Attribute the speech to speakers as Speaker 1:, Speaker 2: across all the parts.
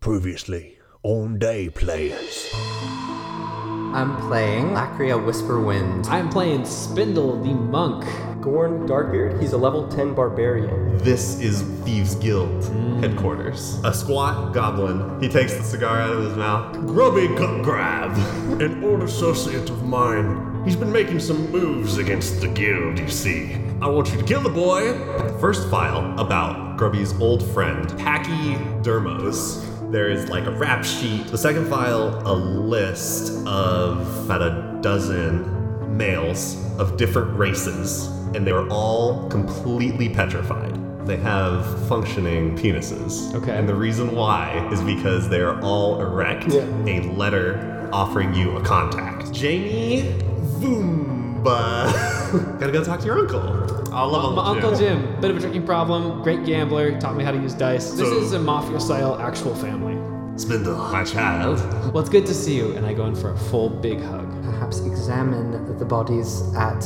Speaker 1: Previously on Day Players.
Speaker 2: I'm playing Lacria Whisperwind.
Speaker 3: I'm playing Spindle the Monk.
Speaker 4: Gorn Darkbeard, he's a level 10 barbarian.
Speaker 5: This is Thieves Guild headquarters. A squat goblin. He takes the cigar out of his mouth. Grubby cut grab.
Speaker 6: An old associate of mine. He's been making some moves against the guild, you see. I want you to kill the boy.
Speaker 5: First file about Grubby's old friend, Packy Dermos. There is like a rap sheet. The second file, a list of about a dozen males of different races, and they were all completely petrified. They have functioning penises.
Speaker 3: Okay.
Speaker 5: And the reason why is because they are all erect. A letter offering you a contact. Jamie Voomba. Gotta go talk to your uncle. I love
Speaker 3: My Uncle Jim, bit of a drinking problem, great gambler, taught me how to use dice. This
Speaker 5: So-
Speaker 3: is a mafia style actual family.
Speaker 5: Spindle, my child.
Speaker 3: Well, it's good to see you, and I go in for a full big hug.
Speaker 2: Perhaps examine the bodies at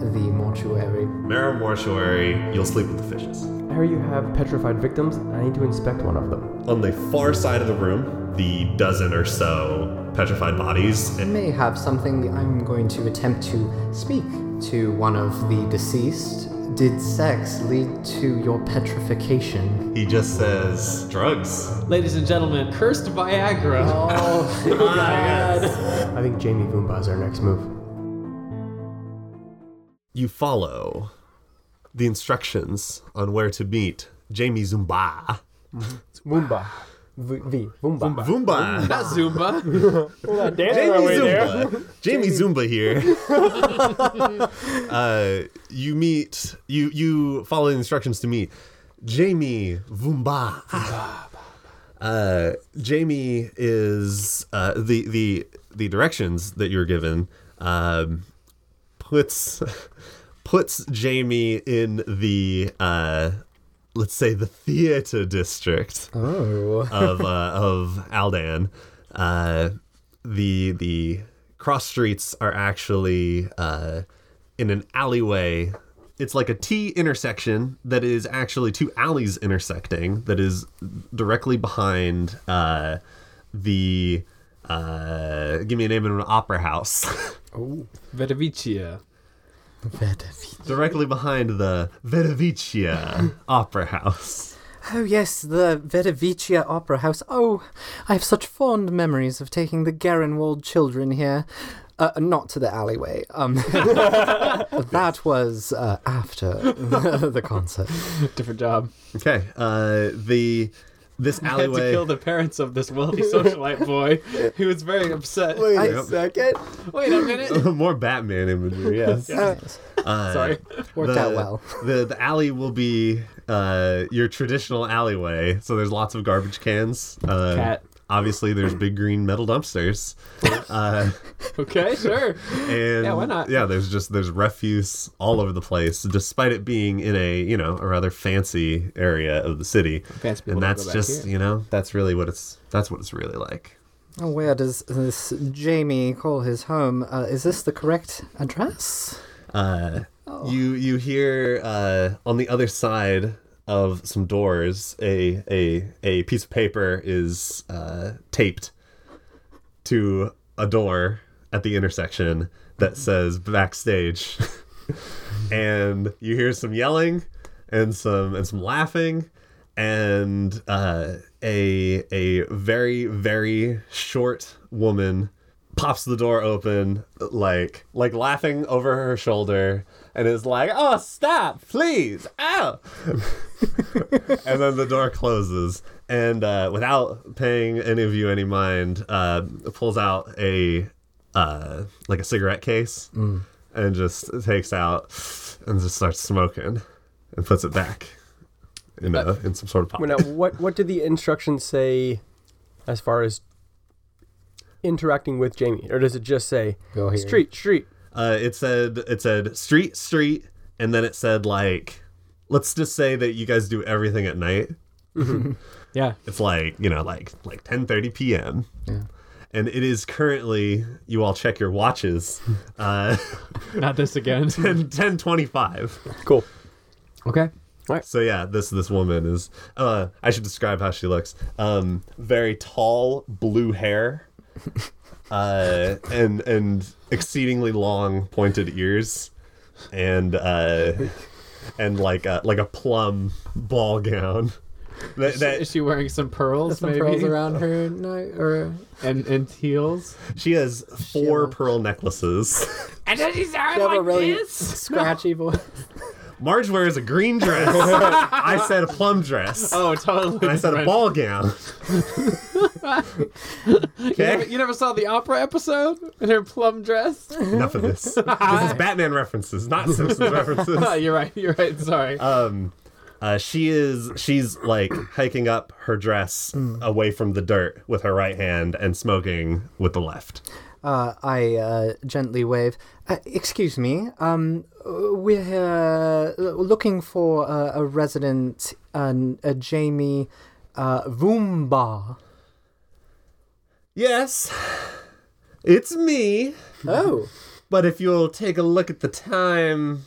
Speaker 2: the mortuary.
Speaker 5: Marrow Mortuary, you'll sleep with the fishes.
Speaker 4: I hear you have petrified victims. I need to inspect one of them.
Speaker 5: On the far side of the room, the dozen or so petrified bodies.
Speaker 2: I
Speaker 5: And
Speaker 2: may have something I'm going to attempt to speak to one of the deceased. Did sex lead to your petrification?
Speaker 5: he just says, drugs.
Speaker 3: Ladies and gentlemen, cursed Viagra.
Speaker 2: Oh,
Speaker 4: I think Jamie Voomba is our next move.
Speaker 5: you follow the instructions on where to meet Jamie Zumba.
Speaker 4: Voomba. Mm-hmm. V. v. Voomba.
Speaker 5: Vumba!
Speaker 3: not Zumba.
Speaker 5: Jamie Zumba. Jamie Zumba here. uh, you meet you you follow the instructions to meet Jamie Vumba. Uh, Jamie is uh, the the the directions that you're given um, puts puts Jamie in the uh, let's say the theater district of uh, of Aldan. Uh, the the cross streets are actually uh, in an alleyway. It's like a T intersection that is actually two alleys intersecting that is directly behind uh, the uh, give me a name of an opera house.
Speaker 3: Vedovicia.
Speaker 5: directly behind the Vedovicia Opera House.
Speaker 2: oh yes, the Vedovicia Opera House. Oh, I have such fond memories of taking the Garenwald children here. Uh, not to the alleyway. Um, that was uh, after the concert.
Speaker 3: Different job.
Speaker 5: Okay, uh, the this
Speaker 3: I had to
Speaker 5: alleyway.
Speaker 3: kill the parents of this wealthy socialite boy who was very upset. Wait,
Speaker 2: Wait
Speaker 5: Yep.
Speaker 2: second. Uh,
Speaker 3: a minute.
Speaker 5: More Batman imagery, yes. Uh,
Speaker 3: Sorry.
Speaker 2: Worked
Speaker 5: the,
Speaker 2: out well.
Speaker 5: The the alley will be uh, your traditional alleyway. So there's lots of garbage cans. Uh,
Speaker 3: Cat.
Speaker 5: Obviously, there's big green metal dumpsters. uh,
Speaker 3: Okay, sure.
Speaker 5: and
Speaker 3: Yeah, why not?
Speaker 5: Yeah, there's just there's refuse all over the place, despite it being in a you know a rather fancy area of the city.
Speaker 3: Fancy people
Speaker 5: and
Speaker 3: don't
Speaker 5: that's
Speaker 3: go back
Speaker 5: just
Speaker 3: here.
Speaker 5: you know that's really what it's that's what it's really like.
Speaker 2: Oh, Where does this Jamie call his home? Uh, is this the correct address?
Speaker 5: Uh, You you hear uh, on the other side of some doors a a a piece of paper is uh, taped to a door at the intersection that says backstage, and you hear some yelling and some and some laughing and uh, a a very very short woman pops the door open like like laughing over her shoulder and is like oh stop please ow and then the door closes and uh, without paying any of you any mind uh, pulls out a uh, like a cigarette case and just takes out and just starts smoking and puts it back in a, in some sort of pocket.
Speaker 4: Well, now, what, what did the instructions say as far as interacting with Jamie? Or does it just say
Speaker 2: Go here.
Speaker 4: street, street?
Speaker 5: uh, it said it said street street and then it said like let's just say that you guys do everything at night
Speaker 3: Yeah.
Speaker 5: it's like you know like like 10:30 p.m. Yeah. And it is currently you all check your watches uh
Speaker 3: Not this again.
Speaker 5: 10 10:25.
Speaker 4: Cool.
Speaker 3: okay.
Speaker 4: Right.
Speaker 5: So yeah, this this woman is. Uh, I should describe how she looks. Um, very tall, blue hair, uh, and and exceedingly long, pointed ears, and uh, and like a, like a plum ball gown. That, that-
Speaker 3: Is she wearing some pearls,
Speaker 2: Some
Speaker 3: maybe?
Speaker 2: pearls around her no, or
Speaker 3: And and heels.
Speaker 5: she has four pearl necklaces.
Speaker 3: And then she's
Speaker 2: She have a really scratchy voice.
Speaker 5: Marge wears a green dress. I said a plum dress.
Speaker 3: Oh, totally.
Speaker 5: I said a
Speaker 3: different.
Speaker 5: ball gown.
Speaker 3: You never,
Speaker 5: okay,
Speaker 3: you never saw the opera episode in her plum dress?
Speaker 5: enough of this. This is Batman references, not Simpsons references.
Speaker 3: Oh, you're right. You're right. Sorry.
Speaker 5: Um, uh, she is she's like hiking up her dress away from the dirt with her right hand and smoking with the left.
Speaker 2: Uh, I uh, gently wave. Uh, excuse me. Um, uh, we're here uh, looking for uh, a resident, um, a Jamie uh, Vumba.
Speaker 5: Yes, it's me.
Speaker 2: Oh,
Speaker 5: But if you'll take a look at the time,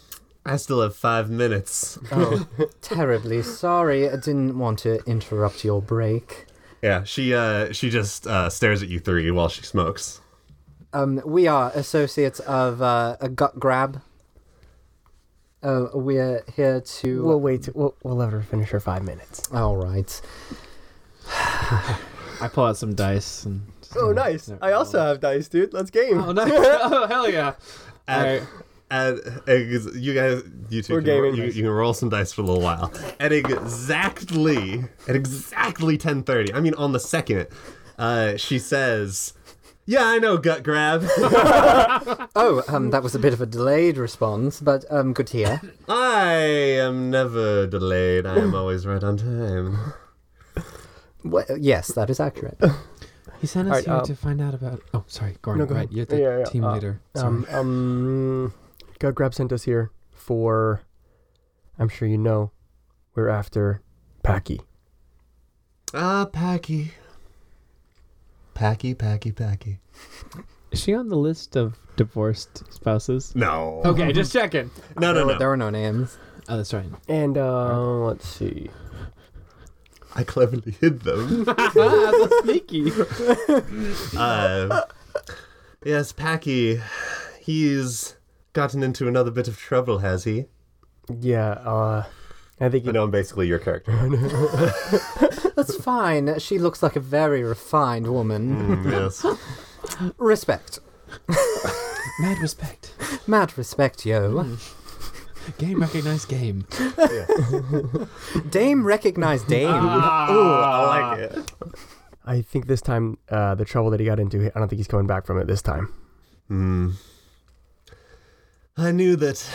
Speaker 5: I still have five minutes.
Speaker 2: Oh, terribly sorry. I didn't want to interrupt your break.
Speaker 5: Yeah, she uh she just uh, stares at you three while she smokes.
Speaker 2: Um, we are associates of uh, a gut grab. Uh, we're here to.
Speaker 4: We'll wait. We'll, we'll let her finish her five minutes.
Speaker 2: All right.
Speaker 3: I pull out some dice. And
Speaker 4: Oh, nice. I also have dice, dude. Let's game.
Speaker 3: Oh, nice. oh, hell yeah. All
Speaker 5: At-
Speaker 3: right.
Speaker 5: At, at- you guys, you two,
Speaker 4: We're
Speaker 5: can, roll-
Speaker 4: gaming.
Speaker 5: you, you can roll some dice for a little while. At exactly, at exactly ten thirty. I mean, on the second, uh, she says, "Yeah, I know, gut grab.
Speaker 2: Oh, um, that was a bit of a delayed response, but um, good to hear.
Speaker 5: I am never delayed. I am always right on time."
Speaker 2: well, yes, that is accurate.
Speaker 3: He sent us
Speaker 4: All right,
Speaker 3: here
Speaker 4: um,
Speaker 3: to find out about. Oh, sorry, Gordon.
Speaker 4: No, go
Speaker 3: right,
Speaker 4: ahead.
Speaker 3: you're the
Speaker 4: Yeah, yeah,
Speaker 3: team
Speaker 4: uh,
Speaker 3: leader.
Speaker 4: Um,
Speaker 3: Sorry.
Speaker 4: um, Gut Grab sent us here for, I'm sure you know, we're after Packy.
Speaker 5: Ah, Packy, Packy, Packy, Packy.
Speaker 3: Is she on the list of divorced spouses?
Speaker 5: No.
Speaker 3: Okay, just checking.
Speaker 5: No, no,
Speaker 2: There were-
Speaker 5: no.
Speaker 2: There are no names.
Speaker 3: Oh, that's right.
Speaker 4: And, uh, let's see.
Speaker 5: I cleverly hid them.
Speaker 3: sneaky.
Speaker 5: Uh, yes, Packy, he's gotten into another bit of trouble, has he?
Speaker 4: Yeah, uh, I think
Speaker 5: You
Speaker 4: you
Speaker 5: know, I'm basically your character.
Speaker 2: That's fine. She looks like a very refined woman.
Speaker 5: Mm, yes. Mm.
Speaker 2: Respect.
Speaker 3: Mad respect.
Speaker 2: Mad respect, yo.
Speaker 3: Game recognized game.
Speaker 2: Dame recognize Dame.
Speaker 5: Ah. I like it.
Speaker 4: I think this time, uh, the trouble that he got into, I don't think he's coming back from it this time.
Speaker 5: Mm. I knew that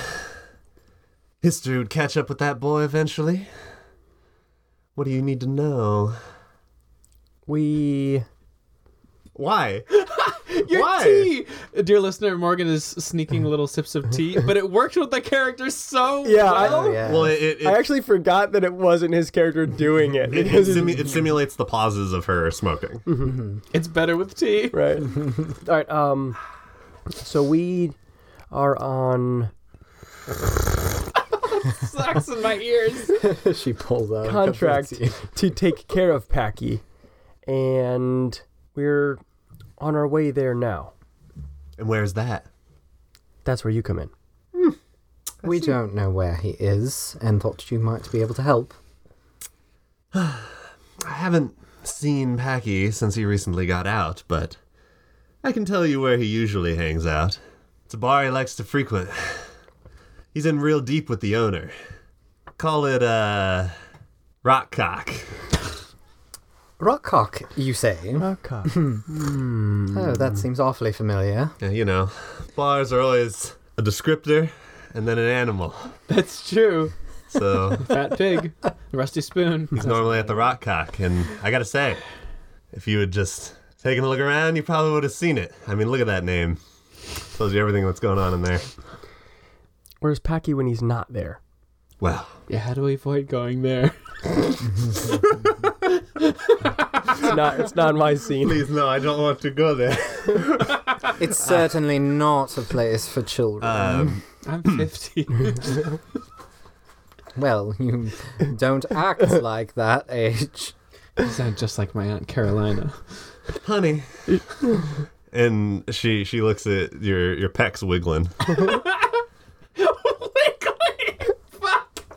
Speaker 5: history would catch up with that boy eventually. What do you need to know?
Speaker 4: We
Speaker 5: Why?
Speaker 3: Your
Speaker 5: Why?
Speaker 3: tea, dear listener, Morgan is sneaking little sips of tea, but it worked with the character so
Speaker 4: Yeah, I-
Speaker 3: well.
Speaker 2: Oh, yeah.
Speaker 5: Well, it, it, it,
Speaker 4: I actually forgot that it wasn't his character doing it.
Speaker 5: it, it, simu- it simulates the pauses of her smoking.
Speaker 3: It's better with tea.
Speaker 4: right. All right. Um. So we are on
Speaker 3: Sucks in my ears.
Speaker 2: she pulls out. a cup of
Speaker 4: contract
Speaker 2: tea.
Speaker 4: to take care of Packy, and we're on our way there now.
Speaker 5: And where's that?
Speaker 4: That's where you come in.
Speaker 2: We don't know where he is and thought you might be able to help.
Speaker 5: I haven't seen Packy since he recently got out, but I can tell you where he usually hangs out. It's a bar he likes to frequent. He's in real deep with the owner. Call it, uh, Rockcock.
Speaker 2: Rockcock, you say? Hmm.
Speaker 4: Okay.
Speaker 2: Oh, that seems awfully familiar.
Speaker 5: Yeah, Uh, you know, bars are always a descriptor and then an animal.
Speaker 3: That's true.
Speaker 5: So
Speaker 3: Fat pig, rusty spoon.
Speaker 5: he's normally at the Rockcock, and I gotta say, if you had just taken a look around, you probably would have seen it. I mean, look at that name. Tells you everything that's going on in there.
Speaker 4: Where's Packy when he's not there?
Speaker 5: Well,
Speaker 3: Yeah, how do we avoid going there?
Speaker 4: It's not. It's not my scene.
Speaker 5: Please, no, I don't want to go there.
Speaker 2: It's certainly
Speaker 5: Ah.
Speaker 2: not a place for children.
Speaker 5: Um,
Speaker 3: I'm 50.
Speaker 2: Well, you don't act like that age.
Speaker 3: You sound just like my aunt Carolina.
Speaker 5: honey. and she she looks at your your pecs wiggling.
Speaker 3: Fuck!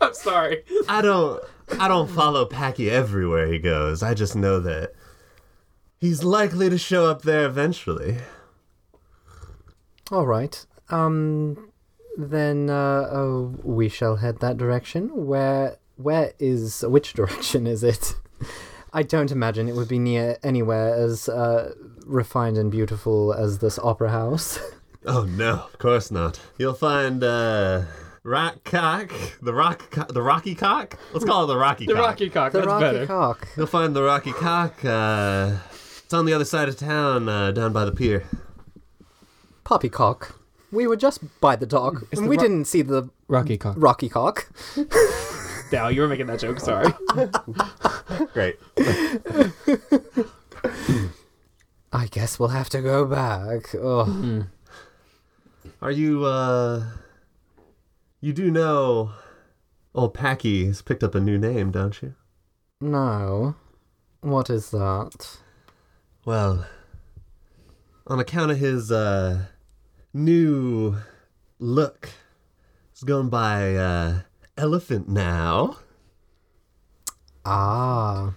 Speaker 3: I'm sorry.
Speaker 5: I don't I don't follow Packy everywhere he goes. I just know that he's likely to show up there eventually.
Speaker 2: All right. Um, then uh, oh, we shall head that direction. Where where is which direction is it? I don't imagine it would be near anywhere as uh, refined and beautiful as this opera house.
Speaker 5: Oh no, of course not. You'll find uh Rock cock, the rock, co- the rocky cock. Let's call it the rocky.
Speaker 3: The
Speaker 5: cock.
Speaker 3: Rocky cock.
Speaker 2: The
Speaker 3: that's
Speaker 2: Rocky
Speaker 3: better.
Speaker 2: Cock.
Speaker 5: You'll find the rocky cock. Uh, it's on the other side of town, uh, down by the pier.
Speaker 2: Poppycock. We were just by the dock. and
Speaker 3: the
Speaker 2: we
Speaker 3: ro-
Speaker 2: didn't see the
Speaker 3: Rocky cock.
Speaker 2: Rocky Cock.
Speaker 3: Now you were making that joke. Sorry.
Speaker 5: Great.
Speaker 2: I guess we'll have to go back. Oh,
Speaker 3: Mm.
Speaker 5: Are you, uh. You do know old Packy has picked up a new name, don't you?
Speaker 2: no. What is that?
Speaker 5: Well, on account of his, uh. New look, he's going by, uh. Elephant now.
Speaker 2: Ah.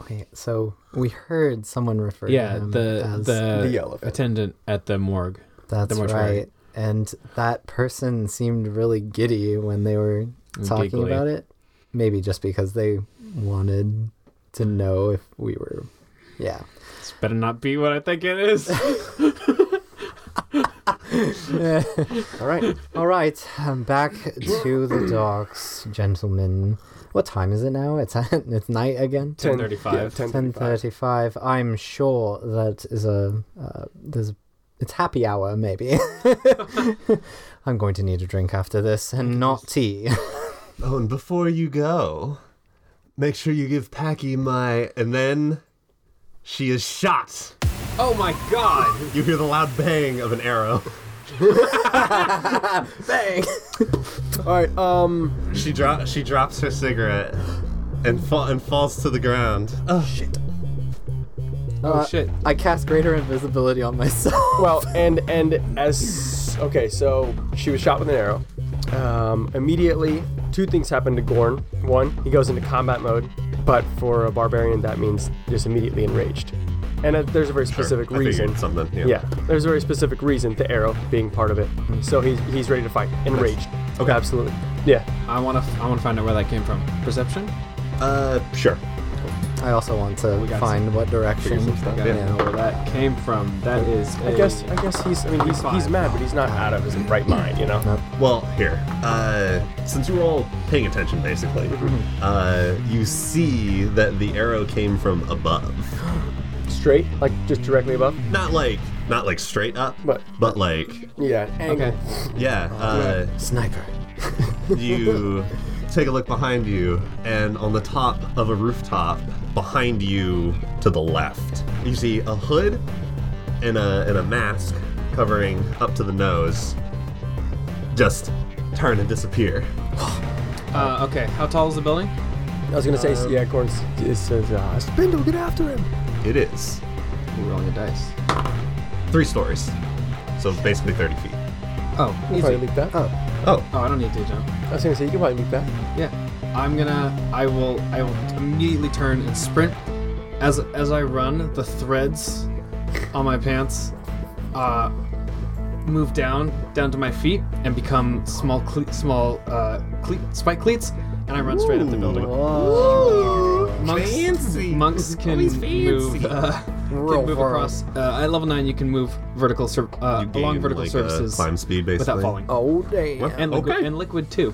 Speaker 2: Okay, so we heard someone refer
Speaker 3: yeah,
Speaker 2: to him
Speaker 3: the
Speaker 2: as
Speaker 3: the,
Speaker 7: the elephant.
Speaker 3: attendant at the morgue.
Speaker 2: That's
Speaker 3: mortuary.
Speaker 2: right. And that person seemed really giddy when they were talking
Speaker 3: giggly.
Speaker 2: about it. Maybe just because they wanted to know if we were yeah.
Speaker 3: It's better not be what I think it is.
Speaker 7: All right.
Speaker 2: All right, um, back to the docks, gentlemen. What time is it now? It's it's night again.
Speaker 3: Ten thirty-five.
Speaker 7: Yeah, 10
Speaker 2: Ten thirty-five. I'm sure that is a uh, there's it's happy hour maybe. I'm going to need a drink after this and not tea.
Speaker 5: Oh, and before you go, make sure you give Packy my. And then. She is shot.
Speaker 3: oh my god!
Speaker 5: You hear the loud bang of an arrow.
Speaker 2: Bang!
Speaker 7: All right. Um.
Speaker 5: She dro- she drops her cigarette and fa- and falls to the ground.
Speaker 3: Oh shit!
Speaker 2: I cast greater invisibility on myself.
Speaker 4: Well,
Speaker 7: Well, and and as okay, so she was shot with an arrow.
Speaker 4: um, immediately, two things happen to Gorn. One, he goes into combat mode, but for a barbarian, that means just immediately enraged. And uh, there's a very specific
Speaker 5: I
Speaker 4: reason.
Speaker 5: figured something. Yeah. Hmm.
Speaker 4: Yeah, there's a very specific reason to arrow being part of it. So he's he's ready to fight, enraged. Okay, absolutely. Yeah,
Speaker 3: I wanna I wanna find out where that came from. Perception.
Speaker 5: Uh, sure.
Speaker 2: I also want to
Speaker 3: got
Speaker 2: find what direction.
Speaker 3: I gotta know where that came from. That is.
Speaker 4: I
Speaker 3: a-
Speaker 4: guess I guess he's I mean he's he's mad, but he's not out of his right mind, you know.
Speaker 5: Well, here. Uh, since you were all paying attention, basically, uh, you see that the arrow came from above.
Speaker 4: Straight, like just directly above.
Speaker 5: Not like not like straight up,
Speaker 4: But-
Speaker 5: but like
Speaker 4: Yeah, angle.
Speaker 3: Okay.
Speaker 5: yeah. Uh,
Speaker 2: Sniper.
Speaker 5: you take a look behind you, and on the top of a rooftop behind you to the left, you see a hood and a, and a mask covering up to the nose just turn and disappear.
Speaker 3: Uh, okay. How tall is the building?
Speaker 4: I was gonna say yeah, Gorn says uh, Spindle, get after him.
Speaker 5: It is
Speaker 3: We're rolling the dice.
Speaker 5: three stories, so basically 30 feet.
Speaker 3: Oh,
Speaker 4: You can probably leak that.
Speaker 5: Oh,
Speaker 3: Oh, I don't need to jump.
Speaker 4: I was gonna say you can probably leak that.
Speaker 3: Yeah. I'm gonna. I will. I will immediately turn and sprint. As as I run, the threads on my pants uh, move down down to my feet and become small cle- small uh, cle- spike cleats, and I run straight up the building. Monks, monks can move. Uh, can
Speaker 2: Real
Speaker 3: move
Speaker 2: far.
Speaker 3: across. Uh, at level nine, you can move vertical sur- uh,
Speaker 5: you
Speaker 3: along
Speaker 5: gain,
Speaker 3: vertical
Speaker 5: like, uh,
Speaker 3: surfaces
Speaker 5: climb speed basically.
Speaker 3: without falling.
Speaker 2: Oh damn!
Speaker 3: And, liquid, and liquid too.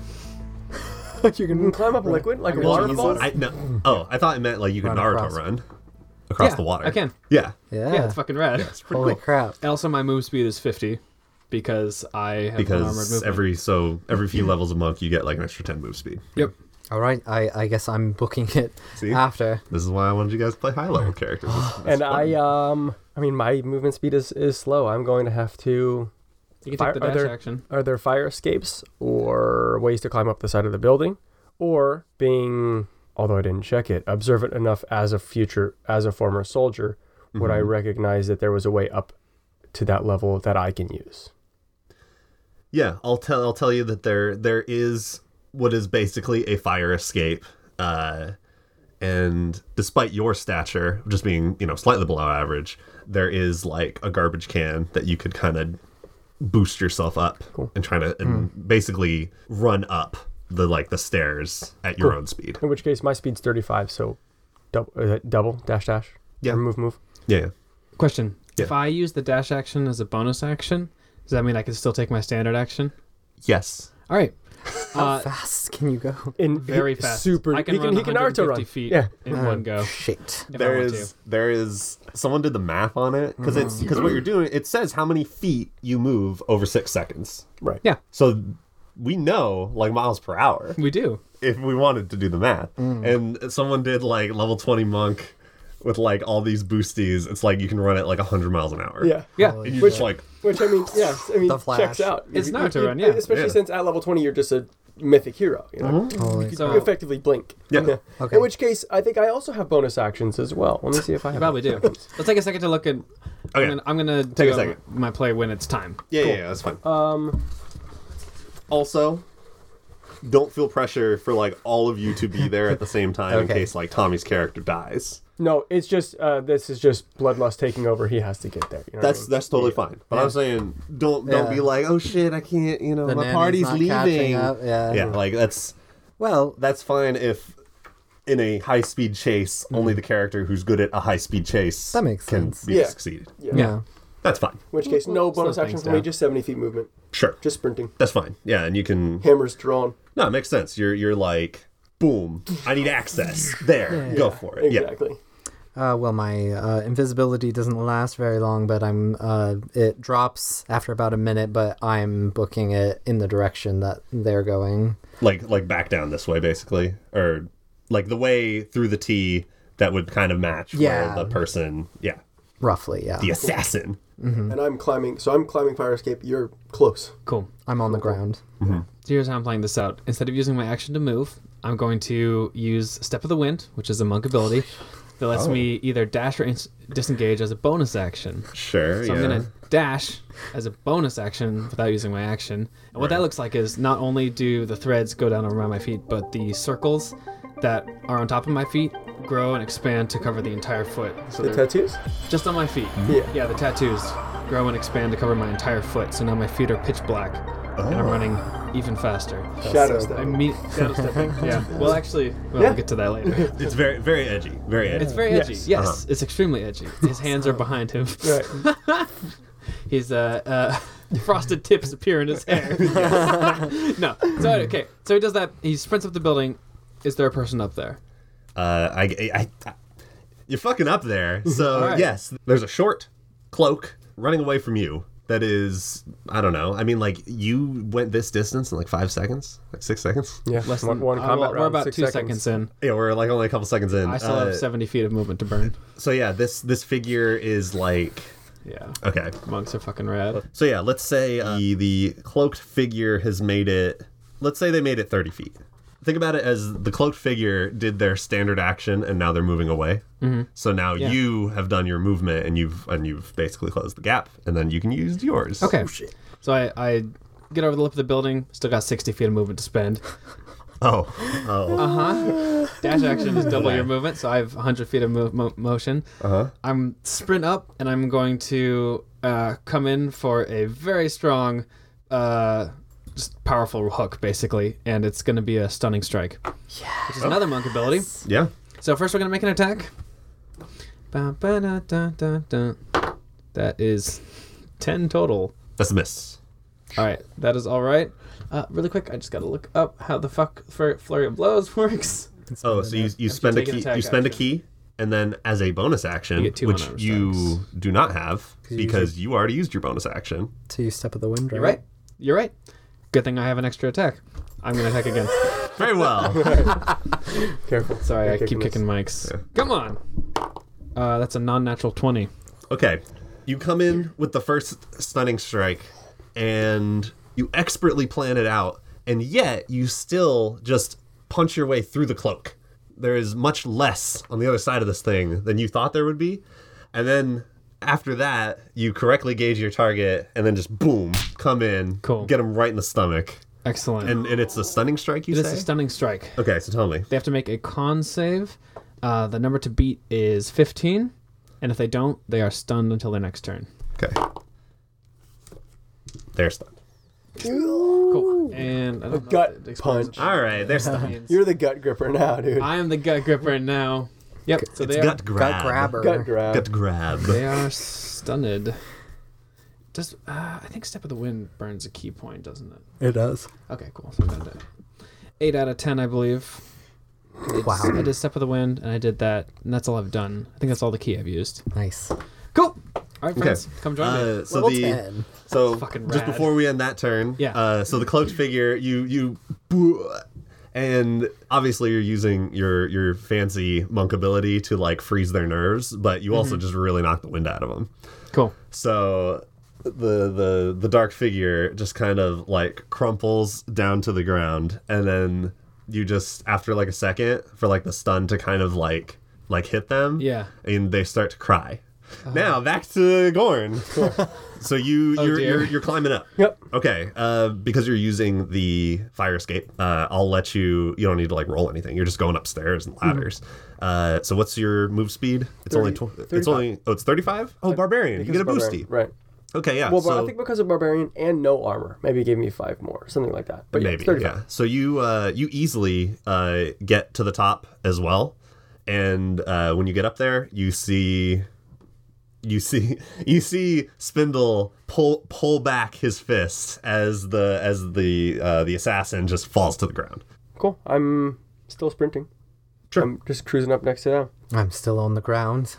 Speaker 4: You can Mm, climb up a liquid like a
Speaker 3: gonna
Speaker 4: waterfall.
Speaker 5: I, no, oh, I thought it meant like you could
Speaker 2: Run
Speaker 5: Naruto
Speaker 2: across.
Speaker 5: run across
Speaker 3: Yeah,
Speaker 5: the water.
Speaker 3: I can.
Speaker 5: Yeah.
Speaker 2: Yeah.
Speaker 3: Yeah, it's fucking rad.
Speaker 2: Holy crap!
Speaker 3: And Also, my move speed is 50 because I have an armored
Speaker 5: because
Speaker 3: movement.
Speaker 5: every so every few levels a monk you get like an extra 10 move speed
Speaker 3: Yep.
Speaker 2: All right, I, I guess I'm booking it
Speaker 5: See?
Speaker 2: after.
Speaker 5: this is why i wanted you guys to play high level characters It's- it's
Speaker 4: And
Speaker 5: fun.
Speaker 4: I um I mean my movement speed is is slow. I'm going to have to
Speaker 3: You can
Speaker 4: Fire-
Speaker 3: take the
Speaker 4: are
Speaker 3: dash
Speaker 4: there-
Speaker 3: action.
Speaker 4: Are there fire escapes or ways to climb up the side of the building? or being, although I didn't check it, observant enough as a future, as a former soldier, would I recognize that there was a way up to that level that I can use?
Speaker 5: Yeah, I'll tell I'll tell you that there there is what is basically a fire escape. Uh and despite your stature just being, you know, slightly below average, there is like a garbage can that you could kind of boost yourself up and try to and basically run up the like the stairs at your own speed.
Speaker 4: In which case, my speed's 35, so double, uh, double dash dash.
Speaker 5: Yeah.
Speaker 4: Or move move.
Speaker 5: Yeah. yeah.
Speaker 3: Question:
Speaker 5: Yeah.
Speaker 3: If I use the dash action as a bonus action, does that mean I can still take my standard action?
Speaker 5: Yes.
Speaker 3: All right.
Speaker 2: How
Speaker 3: Uh,
Speaker 2: fast can you go?
Speaker 4: In
Speaker 3: very fast.
Speaker 4: Super.
Speaker 3: I can
Speaker 4: he can,
Speaker 3: run
Speaker 4: he can
Speaker 3: 150
Speaker 4: Naruto run.
Speaker 3: feet
Speaker 4: Yeah.
Speaker 3: in one
Speaker 5: Oh.
Speaker 3: go.
Speaker 2: Shit.
Speaker 3: If
Speaker 5: there
Speaker 3: I want
Speaker 5: is there is someone did the math on it because it's because what you're doing it says how many feet you move over six seconds
Speaker 4: Right.
Speaker 3: Yeah.
Speaker 5: so we know like miles per hour
Speaker 3: to. We do.
Speaker 5: if we wanted to do the math and someone did like level 20 monk with like all these boosties it's like you can run at like 100 miles an hour
Speaker 4: Yeah.
Speaker 3: Yeah.
Speaker 5: and you
Speaker 4: Which-
Speaker 5: just like
Speaker 7: Which I mean, yeah, I mean,
Speaker 2: The
Speaker 7: checks
Speaker 2: Flash.
Speaker 7: out.
Speaker 3: It's
Speaker 7: You-
Speaker 3: Naruto
Speaker 7: you-
Speaker 3: run, yeah.
Speaker 7: Especially
Speaker 5: Yeah.
Speaker 7: since at level twenty, you're just a mythic hero. You know,
Speaker 2: Holy
Speaker 7: you
Speaker 3: So-
Speaker 7: can effectively blink.
Speaker 5: Yeah.
Speaker 2: Okay.
Speaker 7: In which case, I think I also have bonus actions as well. Let me see if I
Speaker 3: You
Speaker 7: have.
Speaker 3: probably do. Let's take a second to look at.
Speaker 5: Okay.
Speaker 3: I'm gonna, I'm gonna do
Speaker 5: Take a
Speaker 3: uh,
Speaker 5: second.
Speaker 3: my play when it's time.
Speaker 5: yeah, yeah yeah that's fine
Speaker 7: Um,
Speaker 5: also don't feel pressure for like all of you to be there at the same time in
Speaker 7: Okay.
Speaker 5: case like tommy's character dies
Speaker 4: No, it's just uh, this is just bloodlust taking over. He has to get there. You know what I
Speaker 5: That's
Speaker 4: mean?
Speaker 5: that's totally fine. But I'm saying don't don't
Speaker 2: Yeah.
Speaker 5: be like, oh shit, I can't, you know,
Speaker 2: The
Speaker 5: my
Speaker 2: nanny's
Speaker 5: party's
Speaker 2: not
Speaker 5: leaving.
Speaker 2: catching up, yeah.
Speaker 5: like that's
Speaker 2: Well,
Speaker 5: that's fine if in a high speed chase, only the character who's good at a high speed chase
Speaker 2: Mm-hmm. That makes
Speaker 5: can
Speaker 2: sense.
Speaker 5: be
Speaker 7: Yeah.
Speaker 5: succeeded.
Speaker 2: yeah.
Speaker 5: That's fine.
Speaker 7: in which case, no bonus
Speaker 3: slow
Speaker 7: action
Speaker 3: things
Speaker 7: for me.
Speaker 3: down.
Speaker 7: Just seventy feet movement.
Speaker 5: Sure.
Speaker 7: Just sprinting.
Speaker 5: That's fine. Yeah, and you can
Speaker 7: Hammers drawn.
Speaker 5: No, it makes sense. You're you're like, boom, I need access. There. Go for it. Yeah.
Speaker 7: Exactly.
Speaker 2: Uh, well, my uh, invisibility doesn't last very long, but I'm. Uh, it drops after about a minute, but I'm booking it in the direction that they're going.
Speaker 5: Like like back down this way basically. Or like the way through the T that would kind of match
Speaker 2: Yeah.
Speaker 5: where the person yeah.
Speaker 2: Roughly, yeah.
Speaker 5: The assassin.
Speaker 7: And I'm climbing. So I'm climbing fire escape. You're close.
Speaker 3: Cool.
Speaker 2: I'm on the ground.
Speaker 3: So here's how I'm playing this out. Instead of using my action to move, I'm going to use Step of the Wind, which is a monk ability that
Speaker 5: Oh.
Speaker 3: lets me either dash or ins- disengage as a bonus action.
Speaker 5: Sure.
Speaker 3: So
Speaker 5: yeah.
Speaker 3: I'm gonna dash as a bonus action without using my action. And what that looks like is not only do the threads go down around my feet, but the circles that are on top of my feet grow and expand to cover the entire foot. So
Speaker 7: The
Speaker 3: they're
Speaker 7: tattoos.
Speaker 3: just on my feet.
Speaker 7: Yeah.
Speaker 3: Yeah, the tattoos grow and expand to cover my entire foot. So now my feet are pitch black, and I'm running even faster.
Speaker 7: Shadow
Speaker 3: So
Speaker 7: step.
Speaker 3: I mean, shadow stepping. Yeah. Well, actually, well,
Speaker 7: Yeah.
Speaker 3: we'll get to that later.
Speaker 5: It's very, very edgy. Very edgy.
Speaker 3: It's very edgy.
Speaker 7: Yes.
Speaker 3: Yes, it's extremely edgy. His hands are behind him.
Speaker 7: Right.
Speaker 3: His uh, uh, frosted tips appear in his hair. no. So okay. So he does that. He sprints up the building. Is there a person up there?
Speaker 5: uh, I, I, I- you're fucking up there. So
Speaker 3: right.
Speaker 5: yes, there's a short cloak running away from you. That is, I don't know. I mean, like you went this distance in like five seconds, like six seconds.
Speaker 4: yeah.
Speaker 3: Less
Speaker 4: one,
Speaker 3: than
Speaker 4: one
Speaker 3: uh,
Speaker 4: combat
Speaker 3: well,
Speaker 4: round.
Speaker 3: We're about
Speaker 4: six
Speaker 3: two
Speaker 4: seconds.
Speaker 3: seconds. in.
Speaker 5: Yeah, we're like only a couple seconds in.
Speaker 3: I still
Speaker 5: Uh,
Speaker 3: have seventy feet of movement to burn.
Speaker 5: So yeah, this this figure is like
Speaker 3: Yeah.
Speaker 5: okay.
Speaker 3: Monks are fucking rad.
Speaker 5: So yeah, let's say uh, the the cloaked figure has made it. Let's say they made it thirty feet. Think about it as the cloaked figure did their standard action, and now they're moving away. Mm-hmm. So now you have done your movement, and you've and you've basically closed the gap, and then you can use yours.
Speaker 3: Okay. So I, I get over the lip of the building. Still got 60 feet of movement to spend.
Speaker 5: Oh, oh,
Speaker 3: Dash action is double
Speaker 5: Yeah.
Speaker 3: your movement, so I have 100 feet of mo- mo- motion. Uh-huh. I'm sprint up, and I'm going to uh, come in for a very strong, uh, just powerful hook, basically, and it's going to be a stunning strike, which is another monk ability.
Speaker 5: yeah.
Speaker 3: So first, we're going to make an attack. Ba- ba- da- da- da- da. That is 10 total.
Speaker 5: That's a miss.
Speaker 3: All right, that is all right. Uh, really quick, I just gotta look up how the fuck flur- flurry of blows works.
Speaker 5: Oh, so you you spend a
Speaker 3: take an
Speaker 5: key.
Speaker 3: attack
Speaker 5: You spend
Speaker 3: action.
Speaker 5: a key, and then as a bonus action,
Speaker 3: You get two
Speaker 5: which
Speaker 3: unarmed
Speaker 5: you do not have because you already used your bonus action.
Speaker 2: To step of the wind, right?
Speaker 3: You're right. You're right. Good thing I have an extra attack. I'm gonna attack again.
Speaker 5: Very well.
Speaker 4: Careful.
Speaker 3: Sorry, I
Speaker 4: You're
Speaker 3: keep kicking
Speaker 4: kicking
Speaker 3: mics. Come on. Uh, that's a non-natural twenty.
Speaker 5: Okay. You come in with the first stunning strike and you expertly plan it out, and yet you still just punch your way through the cloak. There is much less on the other side of this thing than you thought there would be. And then after that, you correctly gauge your target and then just boom, come in,
Speaker 3: Cool.
Speaker 5: get him right in the stomach.
Speaker 3: Excellent.
Speaker 5: And and it's a stunning strike, you
Speaker 3: it is
Speaker 5: say?
Speaker 3: a stunning strike.
Speaker 5: okay, so tell me.
Speaker 3: They have to make a con save. Uh, the number to beat is 15, and if they don't, they are stunned until their next turn.
Speaker 5: Okay. They're stunned.
Speaker 3: Cool. And I don't know if
Speaker 7: gut
Speaker 3: that explains
Speaker 7: punch.
Speaker 3: what
Speaker 5: All right, they're stunned.
Speaker 3: that means.
Speaker 7: You're the gut gripper now, dude.
Speaker 3: I am the gut gripper now. Yep. So they
Speaker 5: It's
Speaker 3: are,
Speaker 5: gut grab.
Speaker 2: Gut grabber.
Speaker 7: gut grab.
Speaker 5: Gut grab.
Speaker 3: they are stunned. Does uh, I think Step of the Wind burns a key point, doesn't it?
Speaker 2: It does.
Speaker 3: Okay, cool. So I got that. Eight out of ten, I believe.
Speaker 2: Wow.
Speaker 3: I did Step of the Wind, and I did that, and that's all I've done. I think that's all the key I've used.
Speaker 2: Nice.
Speaker 3: Cool. All right,
Speaker 5: Okay.
Speaker 3: friends, come join me.
Speaker 5: Uh, so
Speaker 2: Level
Speaker 5: the
Speaker 2: 10.
Speaker 5: so
Speaker 3: fucking
Speaker 5: just
Speaker 3: rad.
Speaker 5: before we end that turn,
Speaker 3: Yeah.
Speaker 5: Uh, so the cloaked figure, you you, and obviously you're using your your fancy monk ability to like freeze their nerves, but you
Speaker 3: Mm-hmm.
Speaker 5: also just really knock the wind out of them.
Speaker 3: Cool.
Speaker 5: So the the the dark figure just kind of like crumples down to the ground and then you just after like a second for like the stun to kind of like like hit them.
Speaker 3: Yeah.
Speaker 5: And they start to cry. Now back to Gorn. so you you're,
Speaker 3: dear.
Speaker 5: you're you're climbing up.
Speaker 7: Yep.
Speaker 5: Okay. Uh, because you're using the fire escape, uh, I'll let you. You don't need to like roll anything. You're just going upstairs and ladders. Uh, so what's your move speed? It's only tw- it's only oh it's thirty five. Oh barbarian, you get a
Speaker 7: Because
Speaker 5: boosty.
Speaker 7: barbarian, Right.
Speaker 5: Okay, yeah.
Speaker 7: Well, but
Speaker 5: so
Speaker 7: I think because of barbarian and no armor, maybe it gave me five more, something like that. But yeah,
Speaker 5: maybe
Speaker 7: it's 35.
Speaker 5: yeah. So you uh, you easily uh, get to the top as well, and uh, when you get up there, you see. You see, you see Spindle pull pull back his fist as the as the uh, the assassin just falls to the ground.
Speaker 7: Cool. I'm still sprinting.
Speaker 5: Sure.
Speaker 7: I'm just cruising up next to them.
Speaker 2: I'm still on the ground.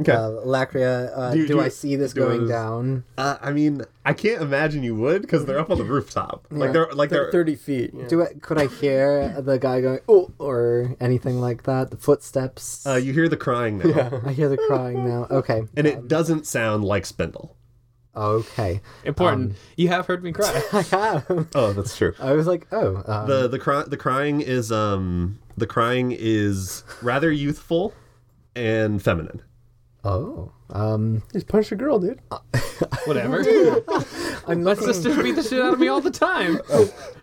Speaker 5: Okay.
Speaker 2: Uh, Lacria, uh,
Speaker 5: Do
Speaker 2: do,
Speaker 5: you- do
Speaker 2: I
Speaker 5: you-
Speaker 2: see this
Speaker 5: do
Speaker 2: going
Speaker 5: us-
Speaker 2: down?
Speaker 5: Uh, I mean, I can't imagine you would because they're up on the rooftop. Like they're like
Speaker 7: They're
Speaker 5: they're.
Speaker 7: 30 feet. yeah.
Speaker 2: Do I, could I hear the guy going oh or anything like that? The footsteps.
Speaker 5: Uh, you hear the crying now,
Speaker 2: I hear the crying now. Okay.
Speaker 5: and it doesn't sound like Spindle.
Speaker 2: Okay.
Speaker 3: Important.
Speaker 5: um,
Speaker 3: you have heard me cry.
Speaker 2: I have.
Speaker 5: Oh, that's true.
Speaker 2: I was like, oh, uh,
Speaker 5: the the cry, the crying is um the crying is rather youthful and feminine.
Speaker 2: oh. Um,
Speaker 7: Just punch a girl, dude.
Speaker 3: Oh. Whatever.
Speaker 2: I'm
Speaker 3: My
Speaker 2: looking.
Speaker 3: sisters beat the shit out of me all the time.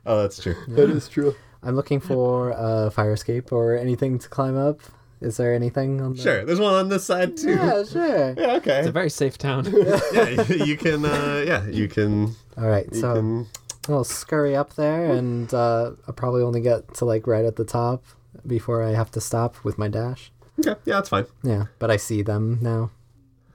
Speaker 5: Oh, that's true.
Speaker 7: That is true.
Speaker 2: I'm looking for a fire escape or anything to climb up. Is there anything on the?
Speaker 5: Sure, there's one on this side too.
Speaker 2: Yeah, sure.
Speaker 5: Yeah,
Speaker 3: It's a
Speaker 5: okay.
Speaker 3: very safe town.
Speaker 5: yeah, you can. Uh, yeah, you can.
Speaker 2: All right, so
Speaker 5: can-
Speaker 2: I'll scurry up there, and uh, I'll probably only get to like right at the top before I have to stop with my dash.
Speaker 5: Okay, yeah, that's fine.
Speaker 2: Yeah, but I see them now.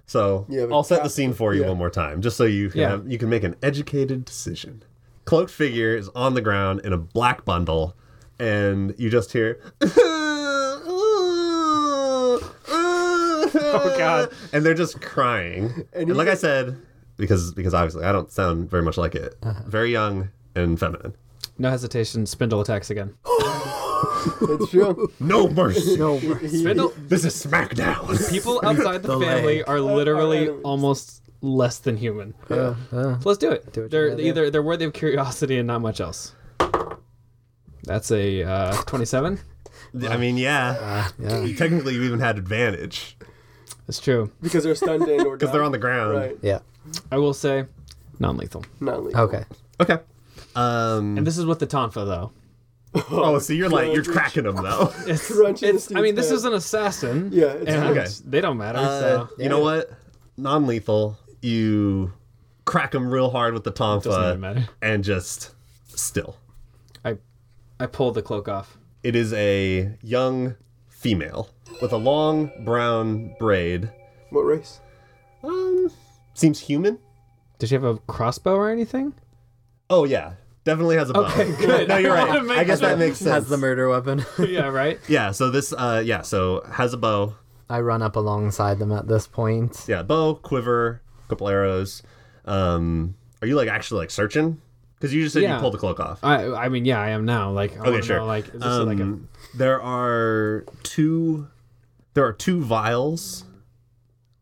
Speaker 5: So
Speaker 7: Yeah, but
Speaker 5: I'll set the
Speaker 7: cast-
Speaker 5: scene for you
Speaker 7: yeah.
Speaker 5: one more time, just so you can
Speaker 3: Yeah.
Speaker 5: have, you can make an educated decision. Cloaked figure is on the ground in a black bundle, and you just hear. oh
Speaker 3: God.
Speaker 5: And they're just crying. And,
Speaker 7: you
Speaker 5: like I said, because because obviously I don't sound very much like it. Very young and feminine.
Speaker 3: No hesitation. Spindle attacks again.
Speaker 7: It's true.
Speaker 5: No mercy.
Speaker 3: Oh,
Speaker 2: No,
Speaker 3: Spindle.
Speaker 5: This is SmackDown.
Speaker 3: People outside the, family are literally almost less than human. So let's do it.
Speaker 2: what you
Speaker 3: they're
Speaker 2: gotta do.
Speaker 3: either they're worthy of curiosity and not much else. That's a uh, 27.
Speaker 5: I mean, yeah.
Speaker 2: yeah,
Speaker 5: Technically, you even had advantage
Speaker 3: That's true.
Speaker 7: because they're stunned and or
Speaker 5: because they're on the ground.
Speaker 7: Right.
Speaker 2: yeah.
Speaker 3: I will say, non-lethal.
Speaker 7: Not legal.
Speaker 2: Okay,
Speaker 5: Okay. Um,
Speaker 3: And this is with the Tonfa though.
Speaker 5: Oh, so you're like you're cracking them though.
Speaker 3: It's,
Speaker 7: Crunch in
Speaker 3: it's-
Speaker 7: the
Speaker 3: I mean,
Speaker 7: dude's
Speaker 3: this
Speaker 7: head.
Speaker 3: is an assassin.
Speaker 7: Yeah, it's
Speaker 3: and
Speaker 5: okay.
Speaker 3: They don't matter.
Speaker 5: Uh,
Speaker 3: so
Speaker 5: you know what? Non-lethal. You crack them real hard with the
Speaker 3: doesn't even
Speaker 5: tonfa
Speaker 3: matter.
Speaker 5: and just still.
Speaker 3: I I pulled the cloak off.
Speaker 5: It is a young female with a long brown braid.
Speaker 7: What race?
Speaker 5: Um, seems human.
Speaker 3: Did she have a crossbow or anything?
Speaker 5: Oh yeah, definitely has a bow.
Speaker 3: Okay, good.
Speaker 5: no, you're
Speaker 3: I
Speaker 5: right.
Speaker 3: wanna make
Speaker 5: I guess
Speaker 3: sure.
Speaker 5: that makes sense.
Speaker 2: has the murder weapon.
Speaker 3: yeah, right.
Speaker 5: yeah. So this. Uh, yeah. So has a bow.
Speaker 2: I run up alongside them at this point.
Speaker 5: Yeah, bow, quiver, couple arrows. Um, are you like actually like searching? Because you just said
Speaker 3: Yeah.
Speaker 5: you pulled the cloak off.
Speaker 3: I I mean, yeah, I am now. Like, I wanna
Speaker 5: okay, sure.
Speaker 3: Know, like, is this
Speaker 5: Um,
Speaker 3: like a
Speaker 5: there are two. There are two vials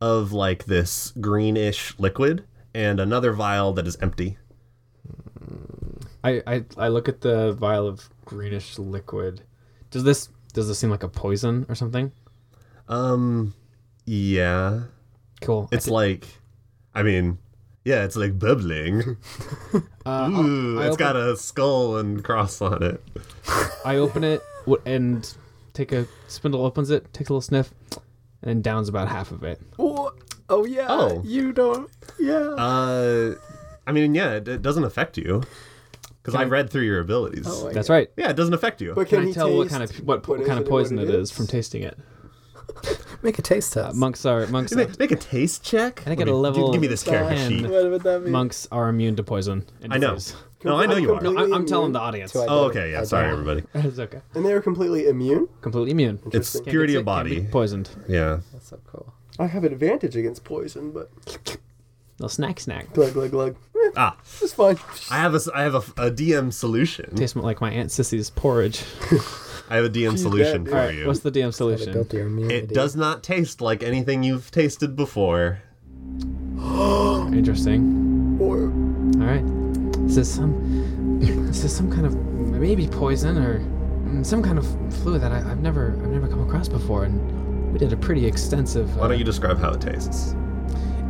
Speaker 5: of like this greenish liquid, and another vial that is empty.
Speaker 3: I, I I look at the vial of greenish liquid Does this does this seem like a poison or something?
Speaker 5: Um, yeah.
Speaker 3: Cool.
Speaker 5: It's like, I mean, yeah, it's like bubbling.
Speaker 3: uh, I'll-
Speaker 5: Ooh,
Speaker 3: I
Speaker 5: it's
Speaker 3: open-
Speaker 5: got a skull and cross on it.
Speaker 3: I open it w- and take a spindle opens it, takes a little sniff, and then downs about half of it.
Speaker 2: Oh yeah.
Speaker 5: Oh.
Speaker 2: You don't. Yeah.
Speaker 3: Um,
Speaker 5: Uh, I mean, yeah, it, it doesn't affect you because I
Speaker 3: I- Oh,
Speaker 5: read through your abilities.
Speaker 3: That's right.
Speaker 5: yeah, it doesn't affect you.
Speaker 7: But
Speaker 3: Can,
Speaker 7: can,
Speaker 3: I
Speaker 7: he
Speaker 3: tell
Speaker 7: taste
Speaker 3: what kind of
Speaker 7: what
Speaker 3: what, what
Speaker 7: is
Speaker 3: kind of
Speaker 7: it and what
Speaker 3: poison
Speaker 7: it
Speaker 3: it is.
Speaker 7: is?
Speaker 3: from tasting it?
Speaker 2: Make a taste test.
Speaker 3: Monks are monks. Are,
Speaker 5: Make, make a taste check.
Speaker 3: I think
Speaker 5: Let
Speaker 3: at a
Speaker 5: me-
Speaker 3: level
Speaker 5: Give me this character
Speaker 3: 10.
Speaker 5: sheet.
Speaker 7: What would that mean?
Speaker 3: monks are immune to poison. and
Speaker 5: I know.
Speaker 3: disease.
Speaker 5: No, I know you are.
Speaker 3: I,
Speaker 7: Completely
Speaker 3: I'm telling
Speaker 7: immune
Speaker 3: the audience.
Speaker 7: to identity.
Speaker 5: Oh, okay. Yeah. Sorry, everybody.
Speaker 3: it's okay.
Speaker 7: And they were completely immune.
Speaker 3: Completely immune.
Speaker 5: It's
Speaker 3: Can't get
Speaker 5: purity
Speaker 3: sick,
Speaker 5: of
Speaker 3: can't be
Speaker 5: body.
Speaker 3: Poisoned.
Speaker 5: Yeah.
Speaker 2: That's so cool.
Speaker 7: I have an advantage against poison, but
Speaker 3: Little snack snack.
Speaker 7: glug glug glug. Eh,
Speaker 5: Ah,
Speaker 7: it's fine.
Speaker 5: I have a s- I have a, f- a DM solution.
Speaker 3: Tastes like my aunt Sissy's porridge.
Speaker 5: I have a DM solution
Speaker 7: that,
Speaker 5: for
Speaker 3: All right,
Speaker 5: you.
Speaker 3: what's the DM
Speaker 2: They
Speaker 3: solution?
Speaker 2: built your immunity.
Speaker 5: It does not taste like anything you've tasted before.
Speaker 3: Interesting.
Speaker 7: Or
Speaker 3: All right. Is this some? Is this some kind of maybe poison or mm, some kind of fluid that I, I've never I've never come across before? And we did a pretty extensive.
Speaker 5: Why
Speaker 3: uh,
Speaker 5: don't you describe how it tastes?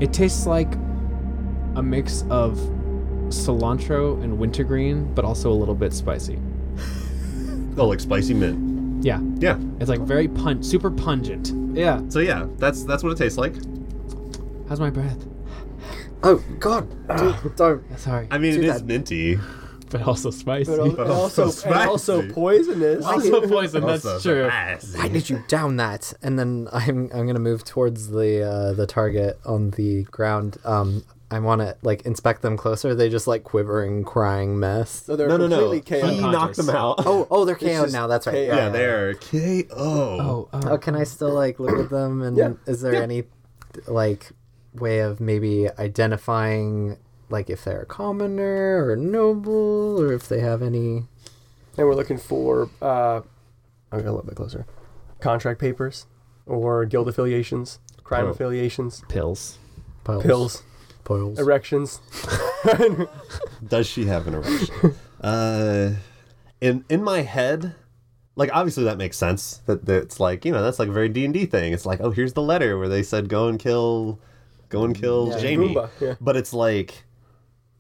Speaker 3: It tastes like a mix of cilantro and wintergreen, but also a little bit spicy.
Speaker 5: Oh, like spicy mint.
Speaker 3: Yeah,
Speaker 5: Yeah.
Speaker 3: it's like very pun, super pungent. Yeah.
Speaker 5: So yeah, that's that's what it tastes like.
Speaker 3: How's my breath?
Speaker 2: Oh God! Dude, don't.
Speaker 3: Sorry,
Speaker 5: I mean,
Speaker 2: Too
Speaker 5: it is
Speaker 2: bad.
Speaker 5: minty.
Speaker 3: but also spicy.
Speaker 7: but al- and
Speaker 5: also
Speaker 7: also and also
Speaker 5: spicy.
Speaker 7: poisonous.
Speaker 3: also poison. That's
Speaker 5: Also
Speaker 3: true.
Speaker 5: spicy.
Speaker 2: I need you down that, and then I'm I'm gonna move towards the uh, the target on the ground. Um, I want to like inspect them closer. They just like quivering, crying mess.
Speaker 7: So they're
Speaker 5: No, no, no.
Speaker 7: completely
Speaker 5: He
Speaker 7: chaotic.
Speaker 5: knocked them out.
Speaker 2: Oh oh, they're KO
Speaker 7: just
Speaker 2: now. That's
Speaker 7: KO.
Speaker 2: right.
Speaker 5: Yeah, they're K.O.
Speaker 3: Oh, oh,
Speaker 2: Oh, can I still like look at them? And
Speaker 7: Yeah.
Speaker 2: is there any like way of maybe identifying like if they're a commoner or noble or if they have any?
Speaker 7: And we're looking for uh I'm gonna a little bit closer. Contract papers or guild affiliations, crime
Speaker 5: Oh.
Speaker 7: affiliations,
Speaker 3: pills.
Speaker 2: Piles,
Speaker 7: pills,
Speaker 2: Piles.
Speaker 7: erections.
Speaker 5: Does she have an erection? uh, in in my head, like obviously that makes sense. That that's like you know that's like a very D and D thing. It's like oh here's the letter where they said go and kill, go and kill Jamie.
Speaker 7: Goomba, yeah.
Speaker 5: But it's like,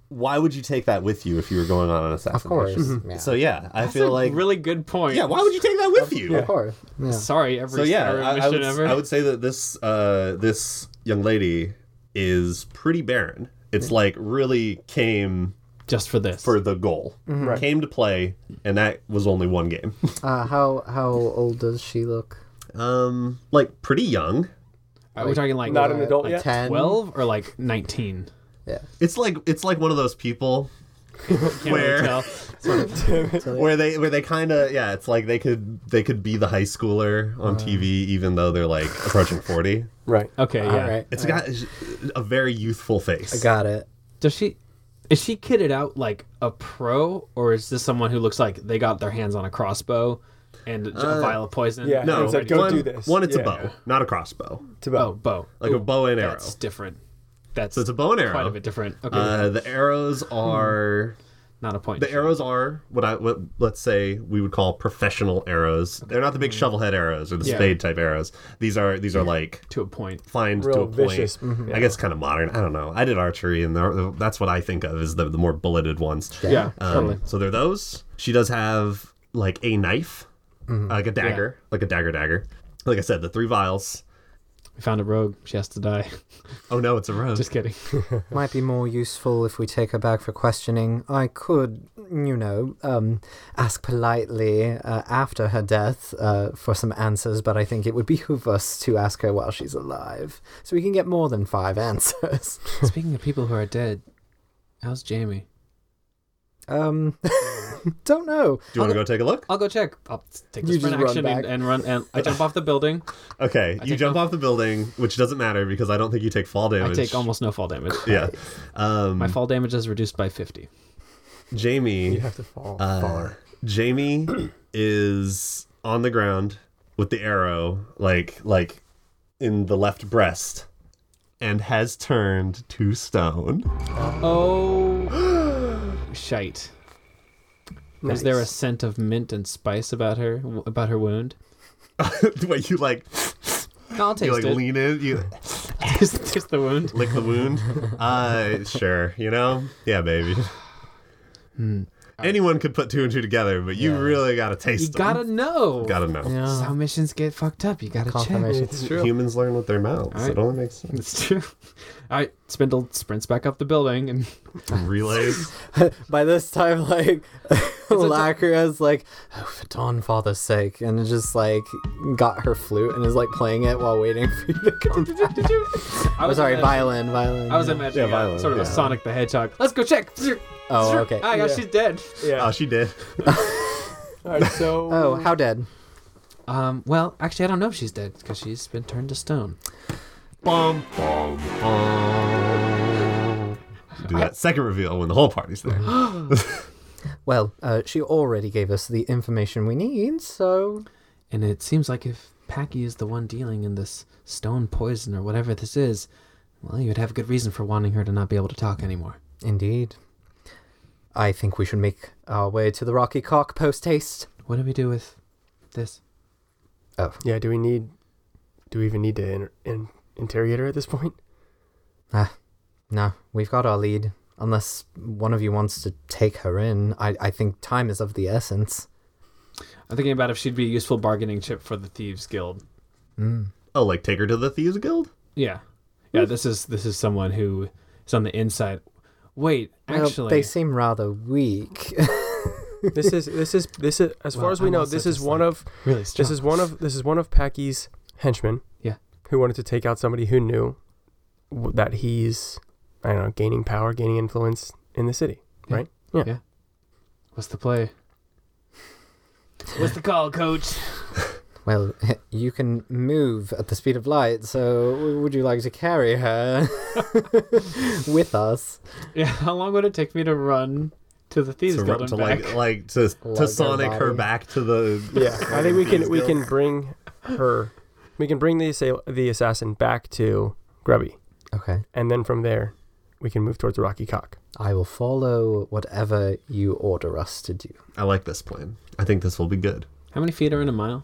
Speaker 5: why would you take that with you if you were going on an assassination?
Speaker 2: Of course.
Speaker 7: Mm-hmm.
Speaker 2: Mm-hmm. Yeah.
Speaker 5: So yeah, I feel like
Speaker 3: really good point.
Speaker 5: yeah. Why would you take that with you?
Speaker 2: of course. Yeah.
Speaker 3: Sorry, every
Speaker 5: So yeah,
Speaker 3: every
Speaker 5: I, I
Speaker 3: mission
Speaker 5: would,
Speaker 3: ever.
Speaker 5: I would say that this uh, this young lady is pretty barren.
Speaker 7: Mm.
Speaker 5: It's like really came
Speaker 3: Just for this.
Speaker 5: for the goal, came to play, and that was only one game.
Speaker 2: Uh, how how old does she look?
Speaker 5: um, like pretty young.
Speaker 3: Are we talking like
Speaker 7: Not an
Speaker 5: Uh,
Speaker 7: adult
Speaker 3: like
Speaker 7: yet.
Speaker 2: Ten.
Speaker 3: twelve or like nineteen?
Speaker 5: It's like it's like one of those people
Speaker 3: Can't
Speaker 5: Where?
Speaker 3: really tell.
Speaker 5: where they where they kind of yeah. It's like they could they could be the high schooler on TV even though they're like approaching forty.
Speaker 7: Right.
Speaker 3: Okay, yeah.
Speaker 2: All right.
Speaker 5: It's got a very youthful face.
Speaker 2: Got it.
Speaker 3: Does she is she kitted out like a pro or is this someone who looks like they got their hands on a crossbow and a vial of poison?
Speaker 7: yeah.
Speaker 5: Uh, no,
Speaker 7: It's like, go
Speaker 5: one,
Speaker 7: do this.
Speaker 5: One, it's
Speaker 7: Yeah.
Speaker 5: a bow, not a crossbow.
Speaker 7: To
Speaker 3: Oh,
Speaker 7: about
Speaker 3: bow.
Speaker 5: Like a bow and arrow.
Speaker 3: That's different. That's
Speaker 5: So it's a bow and arrow.
Speaker 3: quite a bit different. Okay.
Speaker 5: Uh, the arrows are
Speaker 3: not a point.
Speaker 5: the arrows are what I what let's say we would call professional arrows. They're not the big shovel head arrows or the
Speaker 3: Mm. Yeah.
Speaker 5: spade type arrows. These are these are like
Speaker 3: to a point.
Speaker 5: fined to
Speaker 7: Real
Speaker 5: a point.
Speaker 7: vicious.
Speaker 3: mm-hmm,
Speaker 7: Mhm.
Speaker 5: I guess kind of modern. I don't know. I did archery and the, that's what I think of is the the more bulleted ones.
Speaker 3: Yeah,
Speaker 5: Um,
Speaker 3: totally.
Speaker 5: So they're those. She does have like a knife,
Speaker 3: Mm-hmm.
Speaker 5: like a dagger, like a dagger dagger. Like I said, the three vials.
Speaker 3: We found a rogue. She has to die.
Speaker 5: Oh no, it's a rose.
Speaker 3: Just kidding.
Speaker 2: Might be more useful if we take her back for questioning. I could, you know, um, ask politely uh, after her death uh, for some answers, but I think it would behoove us to ask her while she's alive, so we can get more than five answers.
Speaker 3: Speaking of people who are dead, how's Jamie?
Speaker 2: um, don't know.
Speaker 5: Do you want to go take a look?
Speaker 3: I'll go check. I'll take
Speaker 2: You
Speaker 3: this
Speaker 2: just
Speaker 3: sprint
Speaker 2: run
Speaker 3: action and,
Speaker 2: back.
Speaker 3: and run and I jump off the building.
Speaker 5: Okay, you
Speaker 3: take
Speaker 5: jump
Speaker 3: no-
Speaker 5: off the building, which doesn't matter because I don't think you take fall
Speaker 3: I
Speaker 5: damage.
Speaker 3: take almost no fall damage.
Speaker 5: Yeah. Um,
Speaker 3: My fall damage is reduced by fifty.
Speaker 5: Jamie.
Speaker 7: you have to fall
Speaker 5: uh,
Speaker 7: far.
Speaker 5: Jamie is on the ground with the arrow, like like in the left breast, and has turned to stone.
Speaker 3: Oh, shite. Is there a scent of mint and spice about her about her wound?
Speaker 5: the way you like
Speaker 3: No, I'll taste
Speaker 5: you like
Speaker 3: it.
Speaker 5: lean in, you
Speaker 3: taste, taste the wound.
Speaker 5: lick the wound. Uh, sure, you know, yeah, baby. Anyone could put two and two together, but you really gotta taste
Speaker 3: You
Speaker 5: them.
Speaker 3: gotta know.
Speaker 5: Gotta know.
Speaker 2: Yeah.
Speaker 3: This is how missions get fucked up. You gotta check.
Speaker 2: Oh. Confirmation.
Speaker 5: Humans learn with their mouths.
Speaker 3: Alright.
Speaker 5: It only makes sense.
Speaker 3: It's true. All right, Spindle sprints back up the building and
Speaker 5: Relays.
Speaker 2: By this time, like Lacra's like, oh, for Dawn Father's sake, and just like got her flute and is like playing it while waiting for you to come. Back.
Speaker 3: I
Speaker 2: I'm sorry,
Speaker 3: imagining-
Speaker 2: violin, violin.
Speaker 3: I was
Speaker 2: yeah.
Speaker 3: imagining
Speaker 5: Yeah,
Speaker 3: uh,
Speaker 5: violin,
Speaker 3: sort of a
Speaker 5: yeah.
Speaker 3: Sonic the Hedgehog. Let's go check.
Speaker 2: Oh, okay.
Speaker 3: Ah, yeah, she's dead.
Speaker 5: oh, she did.
Speaker 4: All right, so
Speaker 3: Uh,
Speaker 2: Oh, how dead?
Speaker 3: Um, well, actually, I don't know if she's dead because she's been turned to stone.
Speaker 5: Bum, bum, bum. Do that second reveal when the whole party's there.
Speaker 2: Well, uh, she already gave us the information we need, so
Speaker 3: And it seems like if Packy is the one dealing in this stone poison or whatever this is, well, you'd have good reason for wanting her to not be able to talk anymore.
Speaker 2: indeed. I think we should make our way to the Rocky Cock post haste.
Speaker 3: What do we do with this?
Speaker 4: yeah, do we need? Do we even need to inter- in- interrogate her at this point?
Speaker 2: No, we've got our lead. Unless one of you wants to take her in, I, I think time is of the essence.
Speaker 3: I'm thinking about if she'd be a useful bargaining chip for the Thieves Guild.
Speaker 2: Mm.
Speaker 5: Oh, like take her to the Thieves Guild?
Speaker 3: Yeah, yeah. This is this is someone who is on the inside. Wait,
Speaker 2: Well,
Speaker 3: actually,
Speaker 2: they seem rather weak.
Speaker 4: This is this is this is as
Speaker 3: Well,
Speaker 4: far as we
Speaker 3: I'm
Speaker 4: know.
Speaker 3: also
Speaker 4: This is
Speaker 3: just
Speaker 4: one
Speaker 3: like-
Speaker 4: of
Speaker 3: really
Speaker 4: this is one of this is one of Packy's henchmen.
Speaker 3: Yeah.
Speaker 4: who wanted to take out somebody who knew w- that he's I don't know gaining power, gaining influence in the city.
Speaker 3: What's the play? What's the call, coach?
Speaker 2: well, you can move at the speed of light, so w- would you like to carry her with us?
Speaker 3: Yeah, how long would it take me to run to the Thieves
Speaker 5: to,
Speaker 3: Guild
Speaker 5: ru-
Speaker 3: and
Speaker 5: to
Speaker 3: back?
Speaker 5: like like to,
Speaker 2: Like
Speaker 5: to
Speaker 2: her
Speaker 5: Sonic her
Speaker 2: body.
Speaker 5: back to the
Speaker 4: Yeah, I think we can we can bring her, we can bring the assail- the assassin back to Grubby,
Speaker 2: Okay.
Speaker 4: and then from there, we can move towards Rocky Cock.
Speaker 2: I will follow whatever you order us to do.
Speaker 5: I like this plan. I think this will be good.
Speaker 3: how many feet are in a mile?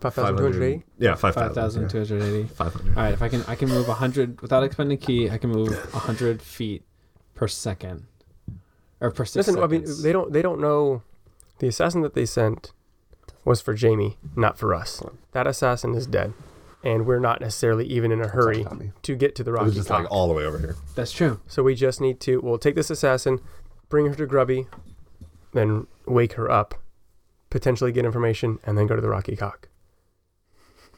Speaker 4: Five thousand two hundred eighty.
Speaker 5: Yeah, five
Speaker 3: Five thousand
Speaker 5: thousand.
Speaker 3: two hundred eighty.
Speaker 5: Five hundred.
Speaker 3: All right, if I can, I can move hundred without expending a key. I can move hundred feet per second, or per six
Speaker 4: Listen, I mean
Speaker 3: seconds.
Speaker 4: they don't they don't know the assassin that they sent was for Jamie, not for us. That assassin is dead, and we're not necessarily even in a hurry to get to the
Speaker 5: It was
Speaker 4: Rocky
Speaker 5: just
Speaker 4: Cock.
Speaker 5: like all the way over here.
Speaker 3: That's true.
Speaker 4: So we just need to we'll take this assassin, bring her to Grubby, then wake her up, potentially get information, and then go to the Rocky Cock.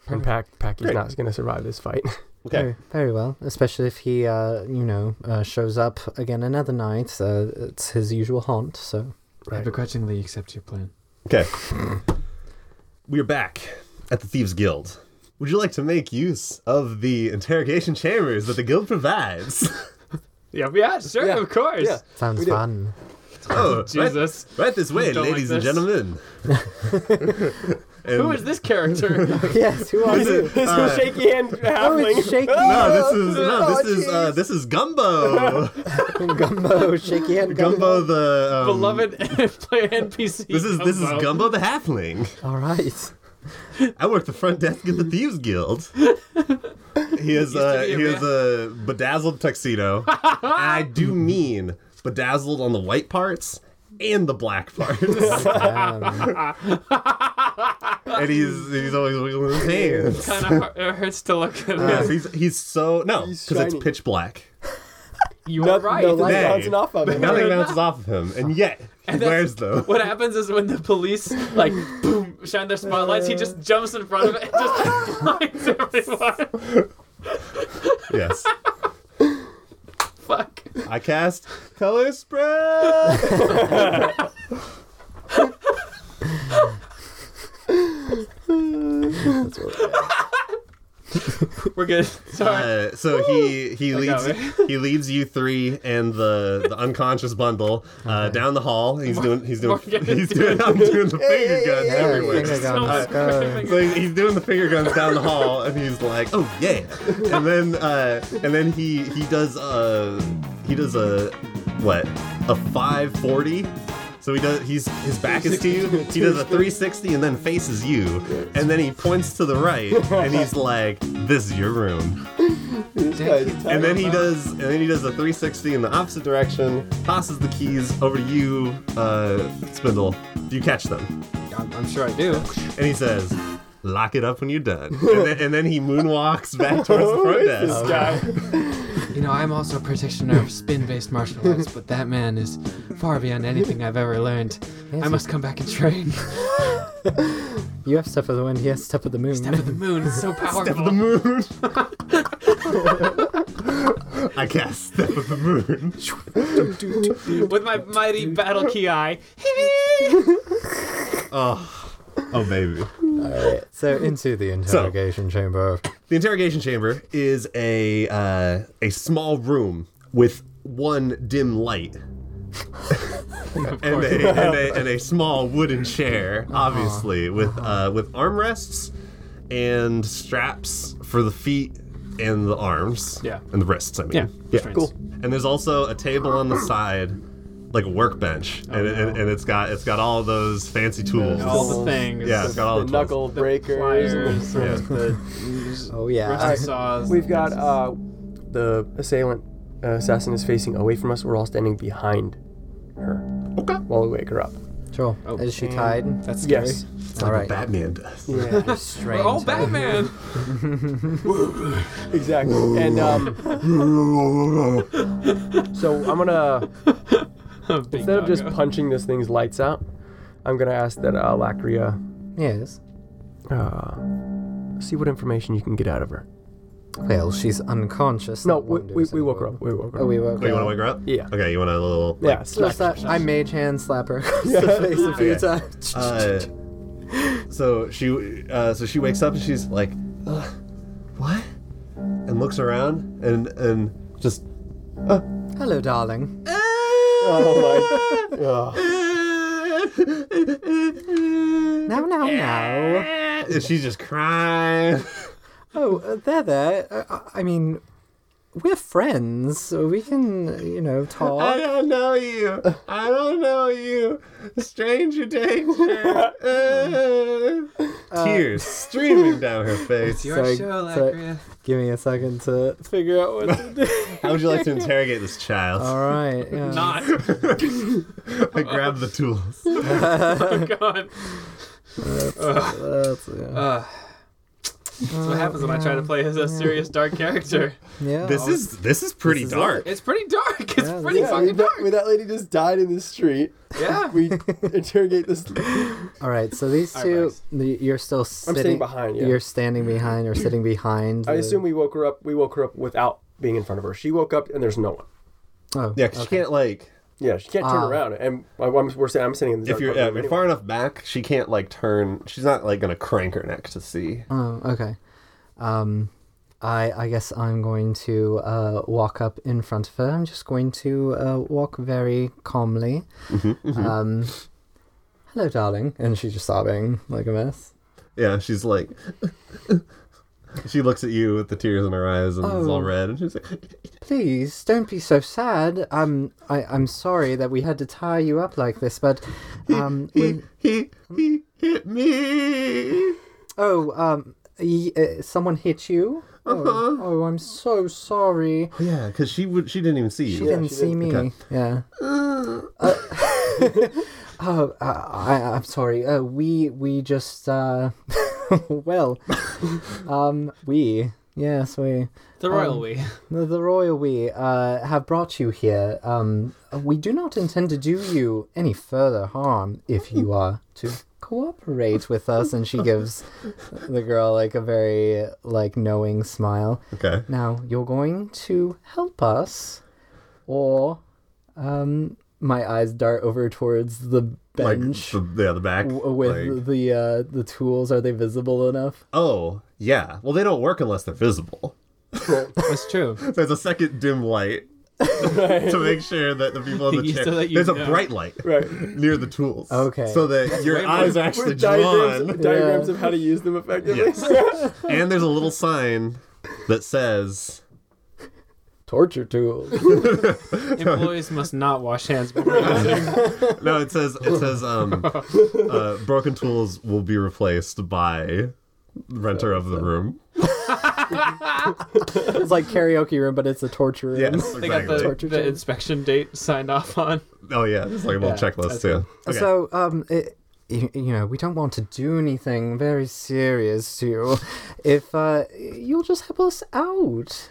Speaker 4: And Pack Packy's
Speaker 5: Great.
Speaker 4: not going to survive this fight.
Speaker 5: Okay.
Speaker 2: Very, very well, especially if he, uh, you know, uh, shows up again another night. Uh, it's his usual haunt, so.
Speaker 3: I begrudgingly accept your plan.
Speaker 5: Okay. We are back at the Thieves Guild. Would you like to make use of the interrogation chambers that the guild provides?
Speaker 3: Yeah, yeah, sure,
Speaker 4: Yeah,
Speaker 3: of course.
Speaker 4: yeah.
Speaker 2: Sounds
Speaker 4: We do.
Speaker 2: fun.
Speaker 5: oh, right,
Speaker 3: Jesus,
Speaker 5: right this way,
Speaker 3: Don't like
Speaker 5: ladies and
Speaker 3: this.
Speaker 5: gentlemen. Um,
Speaker 3: who is this character?
Speaker 2: yes, who are you?
Speaker 4: This
Speaker 5: Uh,
Speaker 4: shaky hand
Speaker 2: Oh, it's
Speaker 4: halfling.
Speaker 2: shaky.
Speaker 5: No, this is no,
Speaker 2: Oh,
Speaker 5: this is uh, this is Gumbo.
Speaker 2: Gumbo, shaky hand
Speaker 5: Gumbo the um,
Speaker 3: Beloved player NPC.
Speaker 5: This is this is
Speaker 3: Gumbo.
Speaker 5: Gumbo the halfling.
Speaker 2: All right.
Speaker 5: I work the front desk at the Thieves Guild. He is
Speaker 3: to
Speaker 5: a
Speaker 3: be a
Speaker 5: he is a bedazzled tuxedo. I do mean bedazzled on the white parts and the black parts. and he's he's always wiggling his hands.
Speaker 3: Kinda hurt- it hurts to look at
Speaker 5: Yes,
Speaker 3: it.
Speaker 5: he's he's so no because it's
Speaker 4: shiny.
Speaker 5: pitch black.
Speaker 3: You are right.
Speaker 4: No light
Speaker 5: Nay.
Speaker 4: bouncing off of him.
Speaker 5: Nothing bounces off of him, and yet he wears them.
Speaker 3: what happens is when the police like boom shine their spotlights, he just jumps in front of it and just blinds everyone.
Speaker 5: Yes,
Speaker 3: Fuck.
Speaker 5: I cast color spread.
Speaker 3: We're good. Sorry.
Speaker 5: Uh, so he he leads
Speaker 3: got
Speaker 5: he leads you three and the the unconscious bundle uh, down the hall. He's doing he's doing
Speaker 3: Morgan is
Speaker 5: he's doing I'm doing the finger guns everywhere.
Speaker 2: Finger
Speaker 3: So
Speaker 2: guns,
Speaker 3: much
Speaker 2: go.
Speaker 3: perfect.
Speaker 5: So he's- he's doing the finger guns down the hall, and he's like, "Oh yeah," and then uh, and then he he does uh he does a what a five forty So he does. He's his back is to you. He does a 360 and then faces you, and then he points to the right and he's like, "This is your room." And then he does. And then he does a 360 in the opposite direction. Tosses the keys over to you, uh, Spindle. Do you catch them?
Speaker 3: I'm, I'm sure I do.
Speaker 5: And he says. Lock it up when you're done. And then, and then he moonwalks back towards the front desk.
Speaker 3: You know, I'm also a practitioner of spin-based martial arts, but that man is far beyond anything I've ever learned. I must come back and train.
Speaker 2: You have Step of the Wind, he has Step of the Moon.
Speaker 3: Step of the moon is so powerful.
Speaker 5: the moon. I guess step of the moon.
Speaker 3: With my mighty battle ki eye.
Speaker 5: Oh, oh baby.
Speaker 2: so into the interrogation chamber.
Speaker 5: The interrogation chamber is a uh, a small room with one dim light. and, a, and, a, and a small wooden chair, obviously,
Speaker 3: Uh-huh.
Speaker 5: with uh, with armrests and straps for the feet and the arms.
Speaker 3: Yeah.
Speaker 5: And the wrists, I mean.
Speaker 3: Yeah, restraints.
Speaker 5: cool. And there's also a table on the side, like a workbench, and, it- and, and it's got it's got all those fancy tools.
Speaker 3: Oh, All the things.
Speaker 5: yeah, it's got all
Speaker 4: The
Speaker 5: the, tools.
Speaker 4: knuckle breakers. and
Speaker 3: Pliers,
Speaker 5: Yeah.
Speaker 3: the
Speaker 2: Oh, yeah.
Speaker 4: All
Speaker 3: rusty
Speaker 4: right,
Speaker 3: saws.
Speaker 4: We've got uh, the assailant uh, assassin is facing away from us. We're all standing behind her
Speaker 5: Okay.
Speaker 4: while we wake her up.
Speaker 2: Sure. Is she tied?
Speaker 3: That's scary.
Speaker 4: Yes.
Speaker 2: All right.
Speaker 5: Batman does.
Speaker 4: Yeah.
Speaker 2: Strange.
Speaker 3: Oh, Batman!
Speaker 4: exactly. And um, so I'm gonna instead of just punching this thing's lights out, I'm gonna ask that uh, Lacria
Speaker 2: Yes.
Speaker 4: uh, see what information you can get out of her.
Speaker 2: Well, she's unconscious.
Speaker 4: No,
Speaker 2: That
Speaker 4: we,
Speaker 2: won't do
Speaker 4: we,
Speaker 2: us
Speaker 4: we
Speaker 2: any
Speaker 4: woke her
Speaker 2: good.
Speaker 4: up. We woke her
Speaker 2: Oh,
Speaker 4: up.
Speaker 2: we woke
Speaker 5: Oh, you
Speaker 2: her
Speaker 5: want to
Speaker 2: up.
Speaker 5: wake her up?
Speaker 4: Yeah.
Speaker 5: Okay, you want a little. like,
Speaker 4: yeah.
Speaker 2: Just
Speaker 4: Slash.
Speaker 2: that I mage hand slap her across the face a few
Speaker 5: Okay.
Speaker 2: times.
Speaker 5: Uh, so she, uh, so she wakes up and she's like, uh, "What?" and looks around and and just.
Speaker 2: Hello, darling.
Speaker 4: Oh my. Yeah.
Speaker 2: Now, now, now.
Speaker 5: And she's just crying.
Speaker 2: Oh, uh, there, there. Uh, I- I mean, we're friends, so we can, uh, you know,
Speaker 5: I
Speaker 2: talk.
Speaker 5: don't know you. I don't know you. Stranger danger. Uh, Tears streaming down her face.
Speaker 3: Your
Speaker 2: Sorry,
Speaker 3: show,
Speaker 2: sorry.
Speaker 3: Lacria.
Speaker 2: Give me a second to figure out what to do.
Speaker 5: How would you like to interrogate this child?
Speaker 2: All right. Yeah.
Speaker 3: Not.
Speaker 5: I grab the tools.
Speaker 3: Oh, God.
Speaker 2: That's, yeah.
Speaker 3: Uh, that's what happens when I try to play as a serious dark character.
Speaker 2: yeah.
Speaker 5: This is this is pretty dark.
Speaker 3: It's pretty dark. It's
Speaker 2: Yeah,
Speaker 3: pretty fucking dark.
Speaker 4: when that lady just died in the street,
Speaker 3: Yeah.
Speaker 4: we interrogate this.
Speaker 2: All right. So these
Speaker 3: All right,
Speaker 2: two,
Speaker 3: Max.
Speaker 2: the, you're still sitting,
Speaker 4: behind, yeah.
Speaker 2: You're standing behind or sitting behind.
Speaker 4: I
Speaker 2: the-
Speaker 4: assume we woke her up. We woke her up without being in front of her. She woke up and there's no one.
Speaker 2: Oh,
Speaker 5: Yeah, 'cause she can't like
Speaker 4: Yeah, she can't turn
Speaker 2: Ah.
Speaker 4: around. And I- I'm, we're saying I'm sitting in the
Speaker 5: if
Speaker 4: dark
Speaker 5: you're,
Speaker 4: corner
Speaker 5: yeah, if you're
Speaker 4: anyway.
Speaker 5: far enough back, she can't like turn. She's not like gonna crank her neck to see.
Speaker 2: Oh, okay. Um, I I guess I'm going to uh, walk up in front of her. I'm just going to uh, walk very calmly. Um, hello, darling. And she's just sobbing like a mess.
Speaker 5: Yeah, she's like. she looks at you with the tears in her eyes and it's all
Speaker 2: Oh.
Speaker 5: red, and she's like,
Speaker 2: Please don't be so sad. Um, I I'm sorry that we had to tie you up like this, but um, we,
Speaker 5: "He he he hit me."
Speaker 2: Oh, um, y- uh, someone hit you? Oh, oh, I'm so sorry.
Speaker 5: Oh, Yeah, because she would. She didn't even see you.
Speaker 2: She didn't see me.
Speaker 5: Okay.
Speaker 2: Yeah. Uh, oh, uh, I, I'm sorry. Uh, we we just uh, well, um, we yes we
Speaker 3: The royal we.
Speaker 2: the, the royal we uh, have brought you here. Um, we do not intend to do you any further harm if you are to cooperate with us. And she gives the girl like a very like knowing smile.
Speaker 5: Okay.
Speaker 2: Now you're going to help us, or um, my eyes dart over towards the
Speaker 5: Like
Speaker 2: bench.
Speaker 5: the, yeah, the back.
Speaker 2: w- with
Speaker 5: like-
Speaker 2: the uh, the tools, are they visible enough?
Speaker 5: oh yeah. Well, they don't work unless they're visible.
Speaker 3: That's true.
Speaker 5: There's a second dim light to make sure that the people in the
Speaker 3: You-
Speaker 5: chair.
Speaker 3: so that you
Speaker 5: There's a
Speaker 3: know.
Speaker 5: bright light near the tools.
Speaker 2: Okay.
Speaker 5: So that your eyes are actually drawn.
Speaker 4: diagrams of how to use them effectively.
Speaker 5: Yes. and there's a little sign that says
Speaker 2: torture tools.
Speaker 3: Employees must not wash hands before using.
Speaker 5: No, it says it says um, uh, broken tools will be replaced by renter of the room.
Speaker 2: it's like karaoke room, but it's a torture room.
Speaker 5: Yes,
Speaker 3: They got
Speaker 5: exactly.
Speaker 3: the,
Speaker 2: Torture
Speaker 3: the
Speaker 2: chain.
Speaker 3: inspection date signed off on.
Speaker 5: Oh yeah, it's like a little
Speaker 3: Yeah,
Speaker 5: checklist
Speaker 3: that's
Speaker 5: too. Okay.
Speaker 2: So, um, it, you, you know, we don't want to do anything very serious to you. If uh, you'll just help us out,